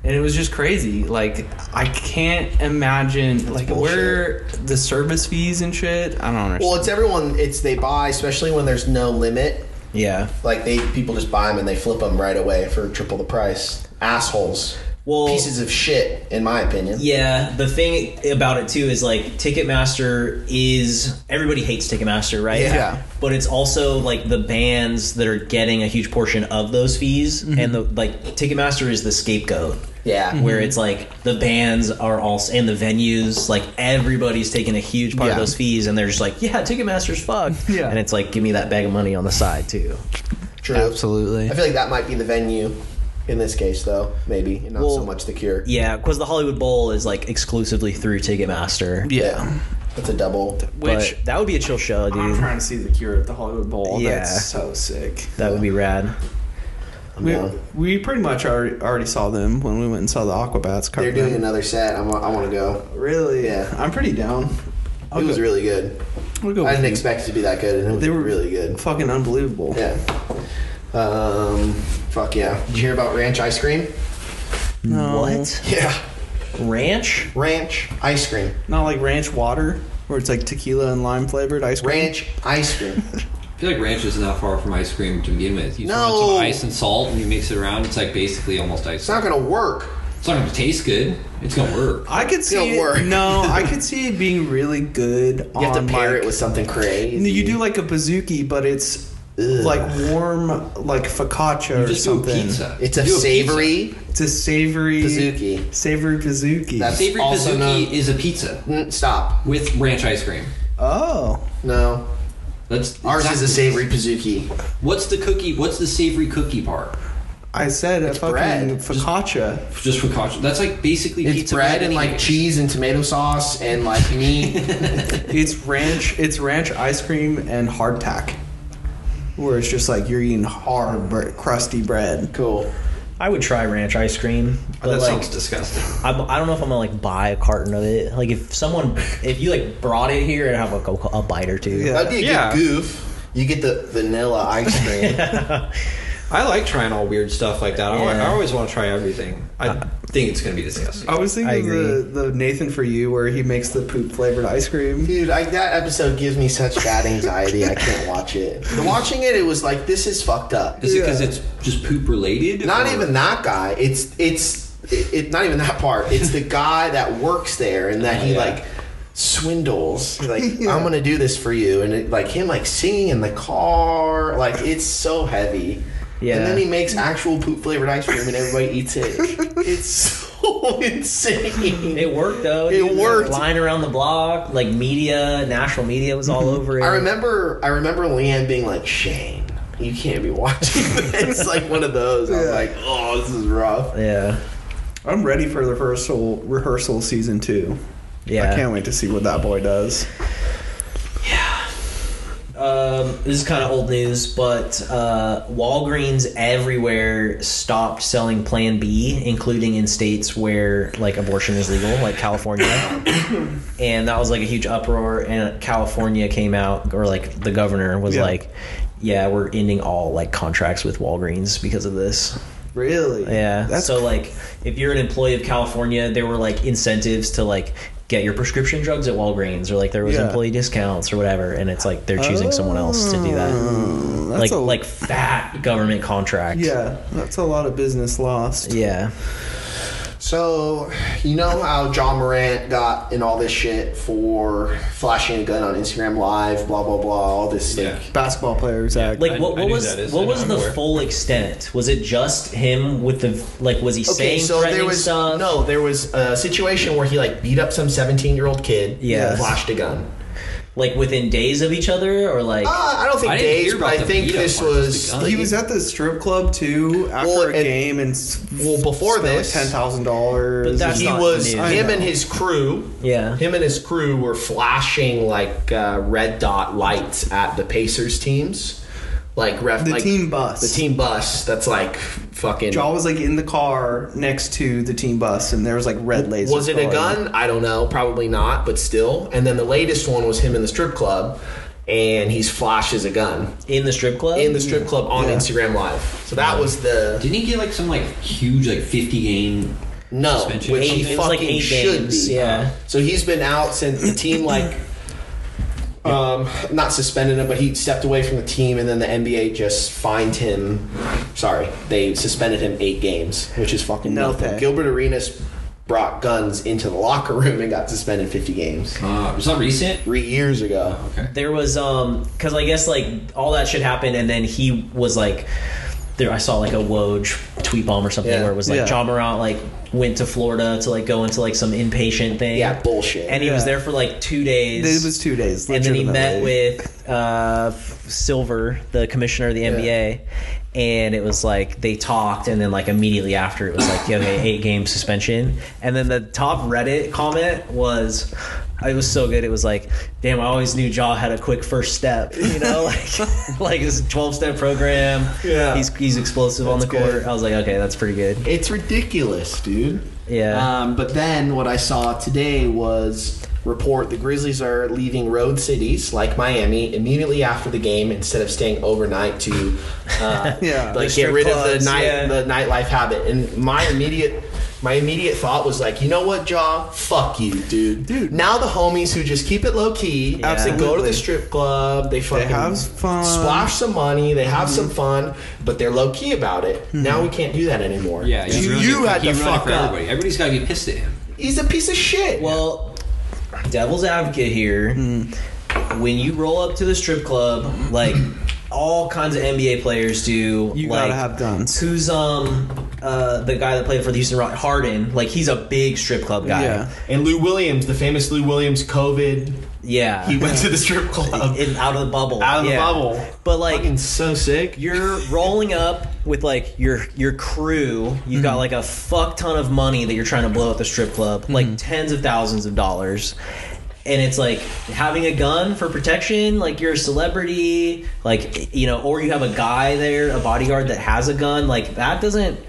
S3: and it was just crazy. Like I can't imagine like where the service fees and shit. I don't understand.
S2: Well, it's everyone. It's they buy, especially when there's no limit.
S1: Yeah.
S2: Like they people just buy them and they flip them right away for triple the price. Assholes.
S1: Well-
S2: pieces of shit, in my opinion.
S1: Yeah, the thing about it too is like Ticketmaster is everybody hates Ticketmaster, right?
S2: Yeah. Yeah.
S1: But it's also like the bands that are getting a huge portion of those fees,
S3: Mm-hmm.
S1: and the like Ticketmaster is the scapegoat.
S2: Yeah.
S1: Where
S3: Mm-hmm.
S1: it's like the bands are also and the venues, like everybody's taking a huge part of
S3: Yeah.
S1: those fees, and they're just like, yeah, Ticketmaster's fucked.
S3: Yeah.
S1: And it's like, give me that bag of money on the side too.
S2: True.
S3: Absolutely.
S2: I feel like that might be the venue in this case, though. Maybe and not so
S1: Well,
S2: much the cure.
S1: Yeah, because the Hollywood Bowl is like exclusively through Ticketmaster.
S3: yeah.
S2: That's a double.
S3: Which
S1: but that would be a chill show, dude.
S3: I'm trying to see the cure at the Hollywood Bowl.
S1: Yeah.
S3: That's so sick.
S1: That would be rad.
S2: I'm
S3: We,
S2: down.
S3: we pretty much already, already saw them when we went and saw the Aquabats. cover
S2: They're doing
S3: band.
S2: another set. I'm, I want to go.
S3: really.
S2: Yeah.
S3: I'm pretty down. I'll
S2: It was
S3: go-
S2: really good.
S3: I'll go
S2: I
S3: with
S2: didn't
S3: you.
S2: expect it to be that good, and it was
S3: They were-
S2: really good.
S3: Fucking unbelievable.
S2: Yeah. Um. Fuck yeah. Did you hear about ranch ice cream?
S3: No.
S1: What?
S2: Yeah.
S1: Ranch?
S2: Ranch ice cream.
S3: Not like ranch water where it's like tequila and lime flavored ice cream.
S2: Ranch ice cream.
S4: I feel like ranch isn't that far from ice cream to begin with. You throw in
S2: No.
S4: some ice and salt and you mix it around. It's like basically almost ice.
S2: It's not gonna work.
S4: It's not going to taste good. It's going to work.
S3: I could see
S2: gonna
S3: it,
S2: work.
S3: no, I could see it being really good.
S2: You have
S3: on,
S2: to pair
S3: like-
S2: it with something crazy.
S3: You do like a bazooki, but it's like warm, like focaccia
S4: You
S3: or
S4: just do a
S3: something.
S4: pizza.
S2: It's
S4: You
S2: a
S4: do
S2: savory
S3: It's a savory
S2: Pizookie.
S3: Savory bazooki.
S4: pizza.
S2: That's-
S4: Savory
S2: Also
S4: pizookie
S2: known-
S4: is a pizza
S2: Mm, stop.
S4: with ranch ice cream.
S3: oh,
S2: No.
S4: That's
S2: Ours is
S4: exactly-
S2: a savory pizookie.
S4: What's the cookie? What's the savory cookie part?
S3: I said a fucking
S2: bread.
S3: focaccia.
S4: Just focaccia. That's like basically
S2: It's
S4: pizza
S2: bread and like
S4: anyways.
S2: cheese and tomato sauce and like meat.
S3: it's ranch. It's ranch ice cream and hardtack, where it's just like you're eating hard, bre- crusty bread.
S2: cool.
S1: I would try ranch ice cream,
S2: Oh,
S1: but
S4: That
S1: like
S4: sounds disgusting.
S1: I'm, I don't know if I'm gonna like buy a carton of it. Like if someone, if you like brought it here and have like a, a bite or two.
S3: Yeah.
S2: That'd be a
S4: Yeah.
S2: good goof. You get the vanilla ice cream.
S4: I like trying all weird stuff like that. I, wa-
S1: Yeah.
S4: I always want to try everything. I think it's going to be disgusting.
S2: Oh,
S3: I was
S1: I
S3: thinking
S1: agree.
S3: of the, the Nathan for you, where he makes the poop flavored ice cream.
S2: Dude, I, that episode gives me such bad anxiety. I can't watch it. Watching it, it was like this is fucked up.
S4: Is it 'cause
S3: Yeah.
S4: it because it's just poop related?
S2: Not
S4: or-
S2: even that guy. It's it's it, it- not even that part. It's the guy that works there and that he
S4: yeah.
S2: like swindles. He's like I'm gonna do this for you, and it, like him like singing in the car. Like it's so heavy.
S1: Yeah.
S2: And then he makes actual poop flavored ice cream, and everybody eats it. it's so insane.
S1: It worked though.
S2: It
S1: dude. Like,
S2: worked.
S1: Lying around the block, like media, national media was all over it.
S2: I remember I remember Leanne being like, Shane, you can't be watching this. like one of those. I was
S3: Yeah.
S2: like, oh, this is rough.
S1: Yeah,
S3: I'm ready for the rehearsal rehearsal season two.
S1: yeah.
S3: I can't wait to see what that boy does.
S1: Um, this is kind of old news, but uh, Walgreens everywhere stopped selling Plan B, including in states where like abortion is legal, like California. and that was like a huge uproar. And California came out, or like the governor was
S3: Yeah.
S1: like, "Yeah, we're ending all like contracts with Walgreens because of this."
S3: Really?
S1: Yeah.
S3: That's
S1: so like if you're an employee of California, there were like incentives to like get your prescription drugs at Walgreens or like there was
S3: Yeah.
S1: employee discounts or whatever and it's like they're choosing someone else to do
S2: Oh.
S1: that.
S3: Oh, that's
S1: Like
S3: a-
S1: like fat government contract.
S3: Yeah, that's a lot of business lost.
S1: Yeah.
S2: So, you know how John Morant got in all this shit for flashing a gun on Instagram Live, blah blah blah, all this like,
S4: Yeah.
S3: Basketball players act.
S1: Like
S4: I-
S1: what,
S4: I
S1: what
S4: knew
S1: was
S4: that is- I
S1: what
S4: know,
S1: was
S4: I'm
S1: the
S4: aware.
S1: full extent? Was it just him with the like was he saying threatening
S2: there was
S1: stuff?
S2: no, there was a situation where he like beat up some 17 year old kid,
S1: Yes.
S2: and flashed a gun.
S1: Like within days of each other or like
S2: Uh, I don't think
S4: I didn't
S2: days,
S4: hear
S2: but
S4: about
S2: I
S4: the
S2: think
S4: beat up
S2: this
S4: part, just
S2: was
S4: the gun.
S3: he was at the strip club too after
S2: Well,
S3: a
S2: and-
S3: game and s-
S2: well before
S3: spent, like,
S2: this.
S3: ten thousand
S1: But
S3: dollars.
S1: that's
S2: he
S1: not
S2: was
S1: new.
S2: him
S3: I
S2: and
S3: know.
S2: his crew.
S1: Yeah.
S2: him and his crew were flashing like uh, red dot lights at the Pacers teams, like ref
S3: The
S2: like,
S3: team bus.
S2: the team bus. That's like fucking.
S3: Jaw was like in the car next to the team bus, and there was like red laser.
S2: Was it a
S3: going.
S2: gun? I don't know. Probably not, but still. And then the latest one was him in the strip club, and he's flashes a gun
S1: in the strip club?
S2: in the strip club on
S3: Yeah.
S2: Instagram Live. So that was the
S4: Didn't he get like some like huge like fifty game?
S2: no,
S4: Suspension.
S2: which
S1: Eight-
S2: he
S1: it was like
S2: fucking
S1: eight
S2: should
S1: games,
S2: be.
S1: yeah.
S2: So he's been out since the team like. Um, not suspended him, but he stepped away from the team, and then the NBA just fined him. Sorry, they suspended him eight games, which is fucking
S3: No
S2: nothing.
S3: pay.
S2: Gilbert Arenas brought guns into the locker room and got suspended fifty games.
S4: Uh, was that recent?
S2: three years ago.
S4: Okay.
S1: There was um because I guess like all that shit happened, and then he was like, there I saw like a Woj tweet bomb or something
S2: Yeah.
S1: where it was like
S3: Yeah.
S1: John Morant like went to Florida to like go into like some inpatient thing.
S2: Yeah, bullshit.
S1: And he was
S3: Yeah.
S1: there for like two days.
S3: It was two days.
S1: and then he met
S3: legitimately.
S1: with uh, Silver, the commissioner of the NBA, and it was like they talked, and then like immediately after, it was like, yeah, okay, eight game suspension. And then the top Reddit comment was, it was so good. It was like, damn, I always knew Jaw had a quick first step, you know, like like his twelve step program.
S2: Yeah.
S1: he's he's explosive on the
S2: That's good.
S1: court. I was like, okay, that's pretty good.
S2: It's ridiculous, dude.
S1: Yeah.
S2: Um, but then what I saw today was report the Grizzlies are leaving road cities like Miami immediately after the game instead of staying overnight to uh,
S3: Yeah.
S2: like
S1: The
S2: get
S1: strip
S2: rid of
S1: clubs,
S2: the night
S1: yeah.
S2: the nightlife habit. And my immediate my immediate thought was like, you know what, Jaw? Fuck you, dude.
S3: Dude.
S2: Now the homies who just keep it low key, they go to
S3: Absolutely.
S2: the strip club, they fucking
S3: have fun.
S2: splash some money, they have some fun, but they're low key about it. Now we can't do that anymore.
S4: Yeah, he's
S2: you,
S4: ruined
S2: you
S4: it.
S2: had
S4: he
S2: to
S4: ruined it
S2: fuck
S4: for
S2: up.
S4: everybody. Everybody's got to be pissed at him.
S2: He's a piece of shit.
S1: Well, devil's advocate here.
S3: Mm.
S1: When you roll up to the strip club, like all kinds of NBA players do,
S3: You
S1: like,
S3: gotta have guns.
S1: Who's um uh the guy that played for the Houston Rock Harden? Like he's a big strip club guy.
S3: Yeah.
S1: Yeah,
S2: and Lou Williams, the famous Lou Williams, COVID, he went to the strip club
S1: In, out of the bubble.
S2: out of the
S1: Yeah.
S2: bubble.
S1: But like
S2: Fucking so sick.
S1: you're rolling up with like your your crew. You've got like a fuck ton of money that you're trying to blow at the strip club, like tens of thousands of dollars. And it's like having a gun for protection, like you're a celebrity, like you know, or you have a guy there, a bodyguard that has a gun, like that doesn't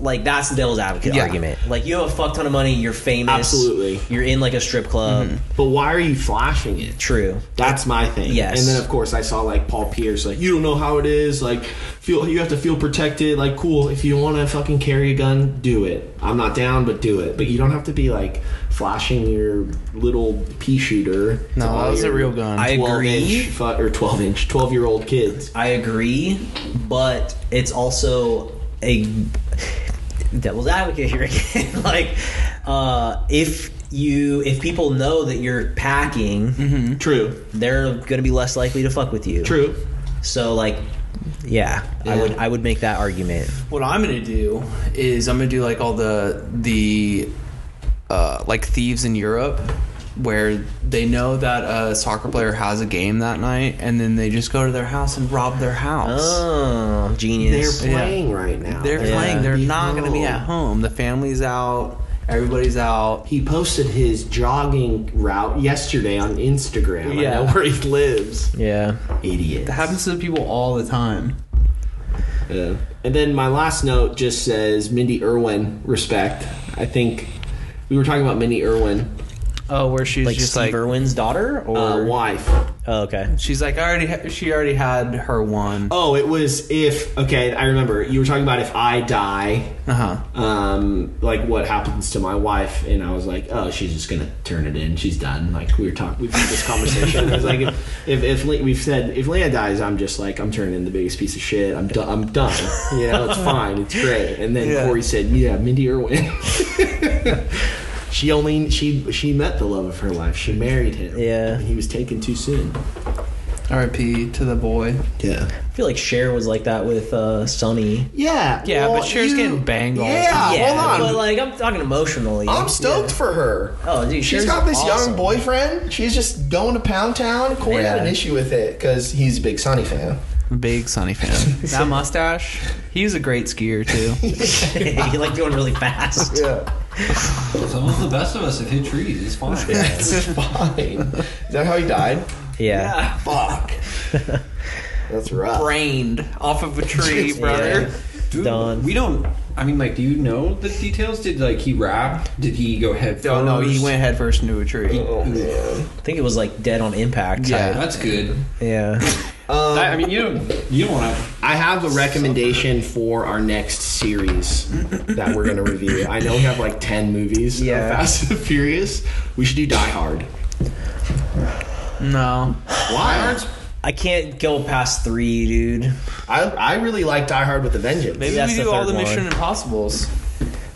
S1: like that's the devil's advocate
S3: Yeah.
S1: argument. Like you have a fuck ton of money, you're famous.
S2: Absolutely. Mm-hmm.
S1: You're in like a strip club.
S2: But why are you flashing it?
S1: True.
S2: That's my thing.
S1: Yes.
S2: And then of course I saw like Paul Pierce like you don't know how it is like feel you have to feel protected like cool if you want to fucking carry a gun do it. I'm not down but do it. But you don't have to be like flashing your little pea shooter. to
S3: No,
S2: all
S3: that was a
S2: your
S3: real gun.
S1: I
S2: 12
S1: agree.
S2: inch fu- or 12 inch 12 year old kids.
S1: I agree, but it's also a devil's advocate here again. like, uh, if you if people know that you're packing,
S3: Mm-hmm.
S2: True.
S1: they're gonna be less likely to fuck with you.
S2: Mm-hmm. True.
S1: So like, yeah, I
S2: Yeah.
S1: would I would make that argument.
S3: What I'm gonna do is I'm gonna do like all the the uh, like thieves in Europe, where they know that a soccer player has a game that night, and then they just go to their house and rob their house.
S1: Oh,
S2: They're
S1: genius.
S2: playing right now.
S3: They're
S1: Yeah.
S3: playing. They're
S2: be
S3: not gonna be
S2: home.
S3: at home. The family's out. Everybody's out.
S2: He posted his jogging route yesterday on Instagram.
S3: Yeah.
S2: I know where he lives.
S1: Yeah.
S2: Idiot.
S3: That happens to people all the time.
S2: Yeah. And then my last note just says Mindy Irwin respect. I think we were talking about Mindy Irwin,
S3: Oh, where she's
S1: Like
S3: just
S1: Steve
S3: like
S1: Irwin's daughter, or
S2: uh, wife.
S1: oh, okay,
S3: she's like I already ha- she already had her one.
S2: Oh, it was if okay. I remember you were talking about if I die,
S3: Uh huh.
S2: um, like what happens to my wife, and I was like, oh, she's just gonna turn it in. She's done. Like we were talking, we've had this conversation. I was like, if if, if Le- we've said if Leia dies, I'm just like I'm turning in the biggest piece of shit. I'm done. I'm done. You know, it's fine. It's great. And then
S3: Yeah.
S2: Corey said, yeah, Mindy Irwin. she only she she met the love of her life. She married him.
S1: Yeah.
S2: and he was taken too soon.
S3: R.I.P. to the boy.
S2: Yeah.
S1: I feel like Cher was like that with uh, Sonny.
S2: Yeah.
S3: Yeah, but Cher's
S2: you-
S3: getting banged all the
S2: Yeah,
S3: time.
S2: Ah, hold on.
S1: but like I'm talking emotionally.
S5: I'm stoked for her.
S1: Oh,
S5: She's
S1: dude, Cher's
S5: got this
S1: awesome.
S5: young boyfriend. She's just going to Pound Town. Corey had
S1: Yeah.
S5: an issue with it because he's a big Sonny fan.
S3: Big Sonny fan. that mustache. He's a great skier too.
S1: he like going really fast.
S5: Yeah,
S4: Some of the best of us have hit trees. It's fine.
S5: it's fine. Is that how he died?
S1: Yeah.
S5: Fuck. That's rough.
S3: Brained off of a tree, brother.
S4: Dude,
S1: Done.
S4: we don't. I mean, like, do you know the details? Did like he rap? Did he go head?
S3: Don't know. Oh, He
S4: first?
S3: went headfirst into a tree.
S5: Oh man.
S1: I think it was like dead on impact.
S3: Yeah.
S4: That's good.
S1: Yeah.
S5: Um,
S4: I, I mean, you don't. You don't want to.
S2: I have a recommendation for our next series that we're going to review. I know we have like 10 movies yeah.
S1: Yeah.
S2: Fast and Furious. We should do Die Hard.
S3: No.
S2: Why? Hard's-
S1: I can't go past three, dude.
S2: I, I really like Die Hard with a Vengeance.
S3: Maybe
S1: That's
S3: we
S1: the
S3: do all
S1: third
S3: the Mission
S1: one.
S3: Impossibles.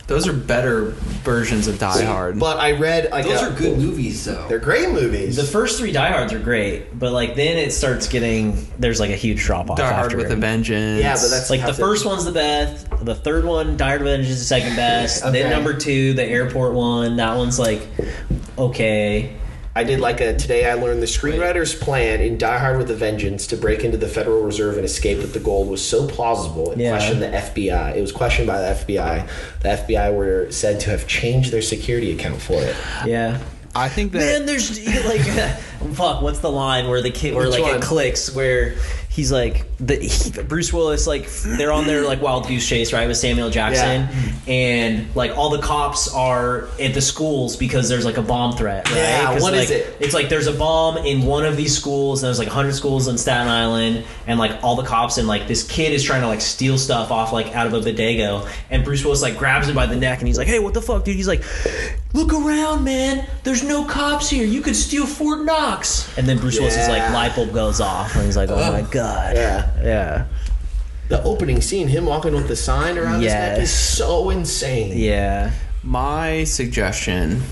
S3: Those are better versions of Die Hard.
S2: But I read like
S4: Those
S2: a-
S4: are good movies, though.
S2: They're great movies.
S1: The first three diehards are great, but like then it starts getting there's like a huge drop off.
S3: Die Hard
S1: after
S3: with a Vengeance.
S2: yeah, but that's
S1: like the
S2: that's it.
S1: first one's the best. The third one, Dire Vengeance, is the second best.
S2: Okay.
S1: Then number two, the airport one. That one's like okay.
S2: I did like a today. I learned the screenwriter's plan in Die Hard with a Vengeance to break into the Federal Reserve and escape with the gold was so plausible. It
S1: Yeah.
S2: questioned the FBI. It was questioned by the FBI. The FBI were said to have changed their security account for it.
S1: Yeah.
S3: I think that
S1: Man, there's like, fuck. What's the line where the kid, where
S2: Which
S1: like
S2: one?
S1: it clicks, where he's like, the he, Bruce Willis, like they're on their like wild goose chase, right, with Samuel Jackson, and like all the cops are at the schools because there's like a bomb threat, right?
S2: Yeah,
S1: 'Cause,
S2: what is
S1: like,
S2: it?
S1: It's like there's a bomb in one of these schools, and there's like 100 schools in Staten Island, and like all the cops, and like this kid is trying to like steal stuff off like out of a bodega, and Bruce Willis like grabs him by the neck, and he's like, "Hey, what the fuck, dude?" He's like, "Look around, man. There's no cops here. You could steal Fort Knox." And then Bruce Willis is like,
S2: Yeah.
S1: light bulb goes off, and he's like, "Oh my god."
S2: Yeah.
S1: Yeah.
S2: The opening scene, him walking with the sign around his neck,
S1: Yes.
S2: is so insane.
S1: Yeah.
S3: My suggestion,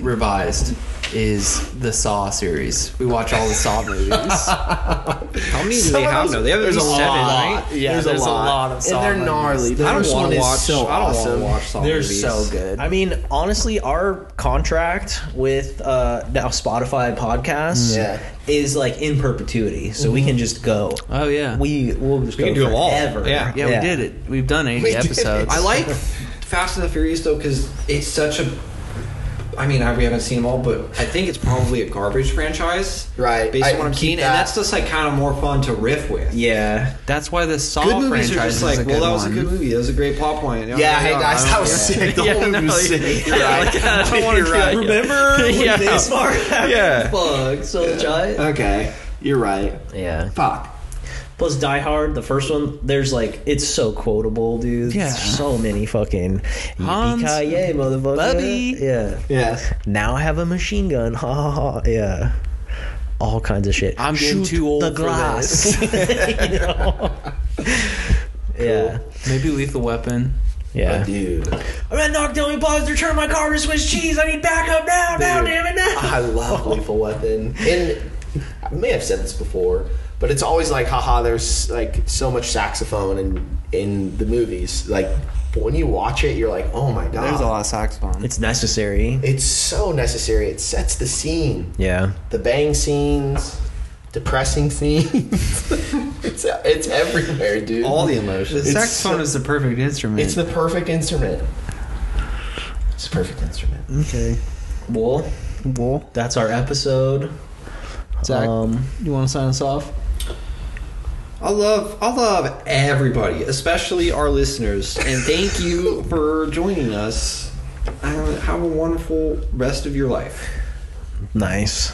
S3: revised, is the Saw series. We watch all the Saw movies. How many do
S2: Some of those- there's a lot.
S3: Yeah, there's, a lot, of Saw.
S2: and they're
S3: movies.
S2: gnarly. The
S3: I don't
S2: first
S3: want
S2: one
S3: to
S2: is
S3: watch.
S2: so
S3: I don't
S2: awesome.
S3: want to watch Saw
S2: They're
S3: movies.
S2: so
S3: good.
S1: I mean, honestly, our contract with uh, now Spotify podcasts
S5: Yeah.
S1: is like in perpetuity, so we can just go.
S3: Oh yeah.
S1: We will just
S4: We
S1: go
S4: can do 'em all.
S1: forever.
S4: Yeah.
S3: yeah, we did it. We've done 80
S5: did it.
S3: episodes.
S4: I like Fast and the Furious though because it's such a. I mean, I, we haven't seen them all, but I think it's probably a garbage franchise,
S5: Right.
S4: Based
S5: I
S4: on what I'm
S5: keep
S4: seeing, and
S5: that.
S4: that's just like kind of more fun to riff with.
S1: Yeah.
S3: That's why the Saw
S4: Good movies are
S3: franchise
S4: just
S3: is a
S4: like,
S3: good
S4: well, that was
S3: one.
S4: a good movie. That was a great plot point. Yeah,
S5: hey, guys, that was
S2: sick. The whole
S3: Yeah,
S2: movie
S3: no,
S2: was sick. You're right.
S3: I don't want to
S4: Uh,
S3: right.
S1: Remember when
S3: Yeah.
S1: this far
S3: Yeah.
S1: Fuck, so
S2: Uh,
S1: giant.
S2: Okay, you're right.
S1: Yeah.
S2: Fuck.
S1: Plus Die Hard, the first one, there's like it's so quotable, dude.
S3: Yeah.
S1: There's so many fucking
S3: Hans,
S1: Yippee-ki-yay, motherfucker.
S3: Bubby.
S1: Yeah.
S2: Yeah.
S1: Now I have a machine gun. Ha ha ha. Yeah. All kinds of shit.
S3: I'm getting too old
S1: the
S3: for
S1: glass. You know? Yeah.
S3: Maybe Lethal Weapon.
S1: Yeah.
S2: Dude.
S1: I'm at Knockdown Bugs. They're turning my car to Swiss cheese. I need backup now. Now, damn it, now.
S2: I love Lethal Weapon. And I may have said this before, but it's always like, haha, there's like so much saxophone in in the movies. Like but when you watch it, you're like, oh my god.
S3: There's a lot of saxophone.
S1: It's necessary.
S2: it's so necessary. It sets the scene.
S1: Yeah.
S2: The bang scenes, depressing scenes. it's it's everywhere, dude.
S4: all the
S3: The
S4: emotions.
S2: It's
S3: saxophone
S2: so-
S3: is the perfect instrument.
S2: it's the perfect instrument.
S5: It's a perfect instrument.
S3: Okay.
S1: Well,
S3: Well,
S1: that's our episode.
S3: Zach,
S1: Um,
S3: you want to sign us off?
S4: I love I love everybody, especially our listeners, and thank you for joining us. Have, have a wonderful rest of your life.
S1: Nice.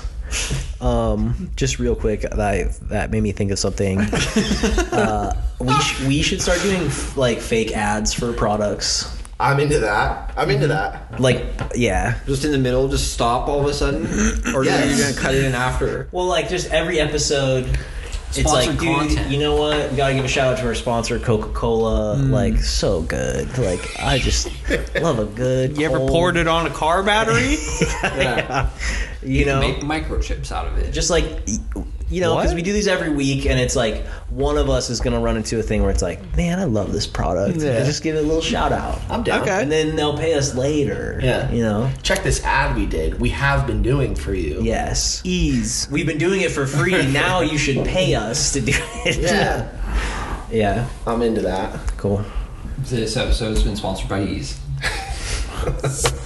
S1: Um, just real quick, that that made me think of something. uh, we sh- we should start doing f- like fake ads for products.
S5: I'm into that. I'm into that.
S1: Like, yeah.
S4: Just in the middle, just stop all of a sudden, or are you gonna cut it in after?
S1: Well, like just every episode, it's
S4: Sponsored
S1: like, dude,
S4: content.
S1: you know what? We gotta give a shout out to our sponsor, Coca Cola. Like, so good. Like, I just love a good.
S3: You ever
S1: cold-
S3: poured it on a car battery?
S1: You know,
S4: Make microchips out of it.
S1: just like you know because we do these every week and it's like one of us is going to run into a thing where it's like man i love this product
S3: Yeah.
S1: just give it a little shout out
S5: I'm down.
S3: Okay.
S1: and then they'll pay us later
S5: Yeah.
S1: you know
S5: Check this ad we did. We have been doing for you.
S1: yes
S3: Ease.
S1: we've been doing it for free now you should pay us to do it
S5: Yeah.
S1: yeah
S5: I'm into that.
S1: cool
S4: This episode has been sponsored by Ease.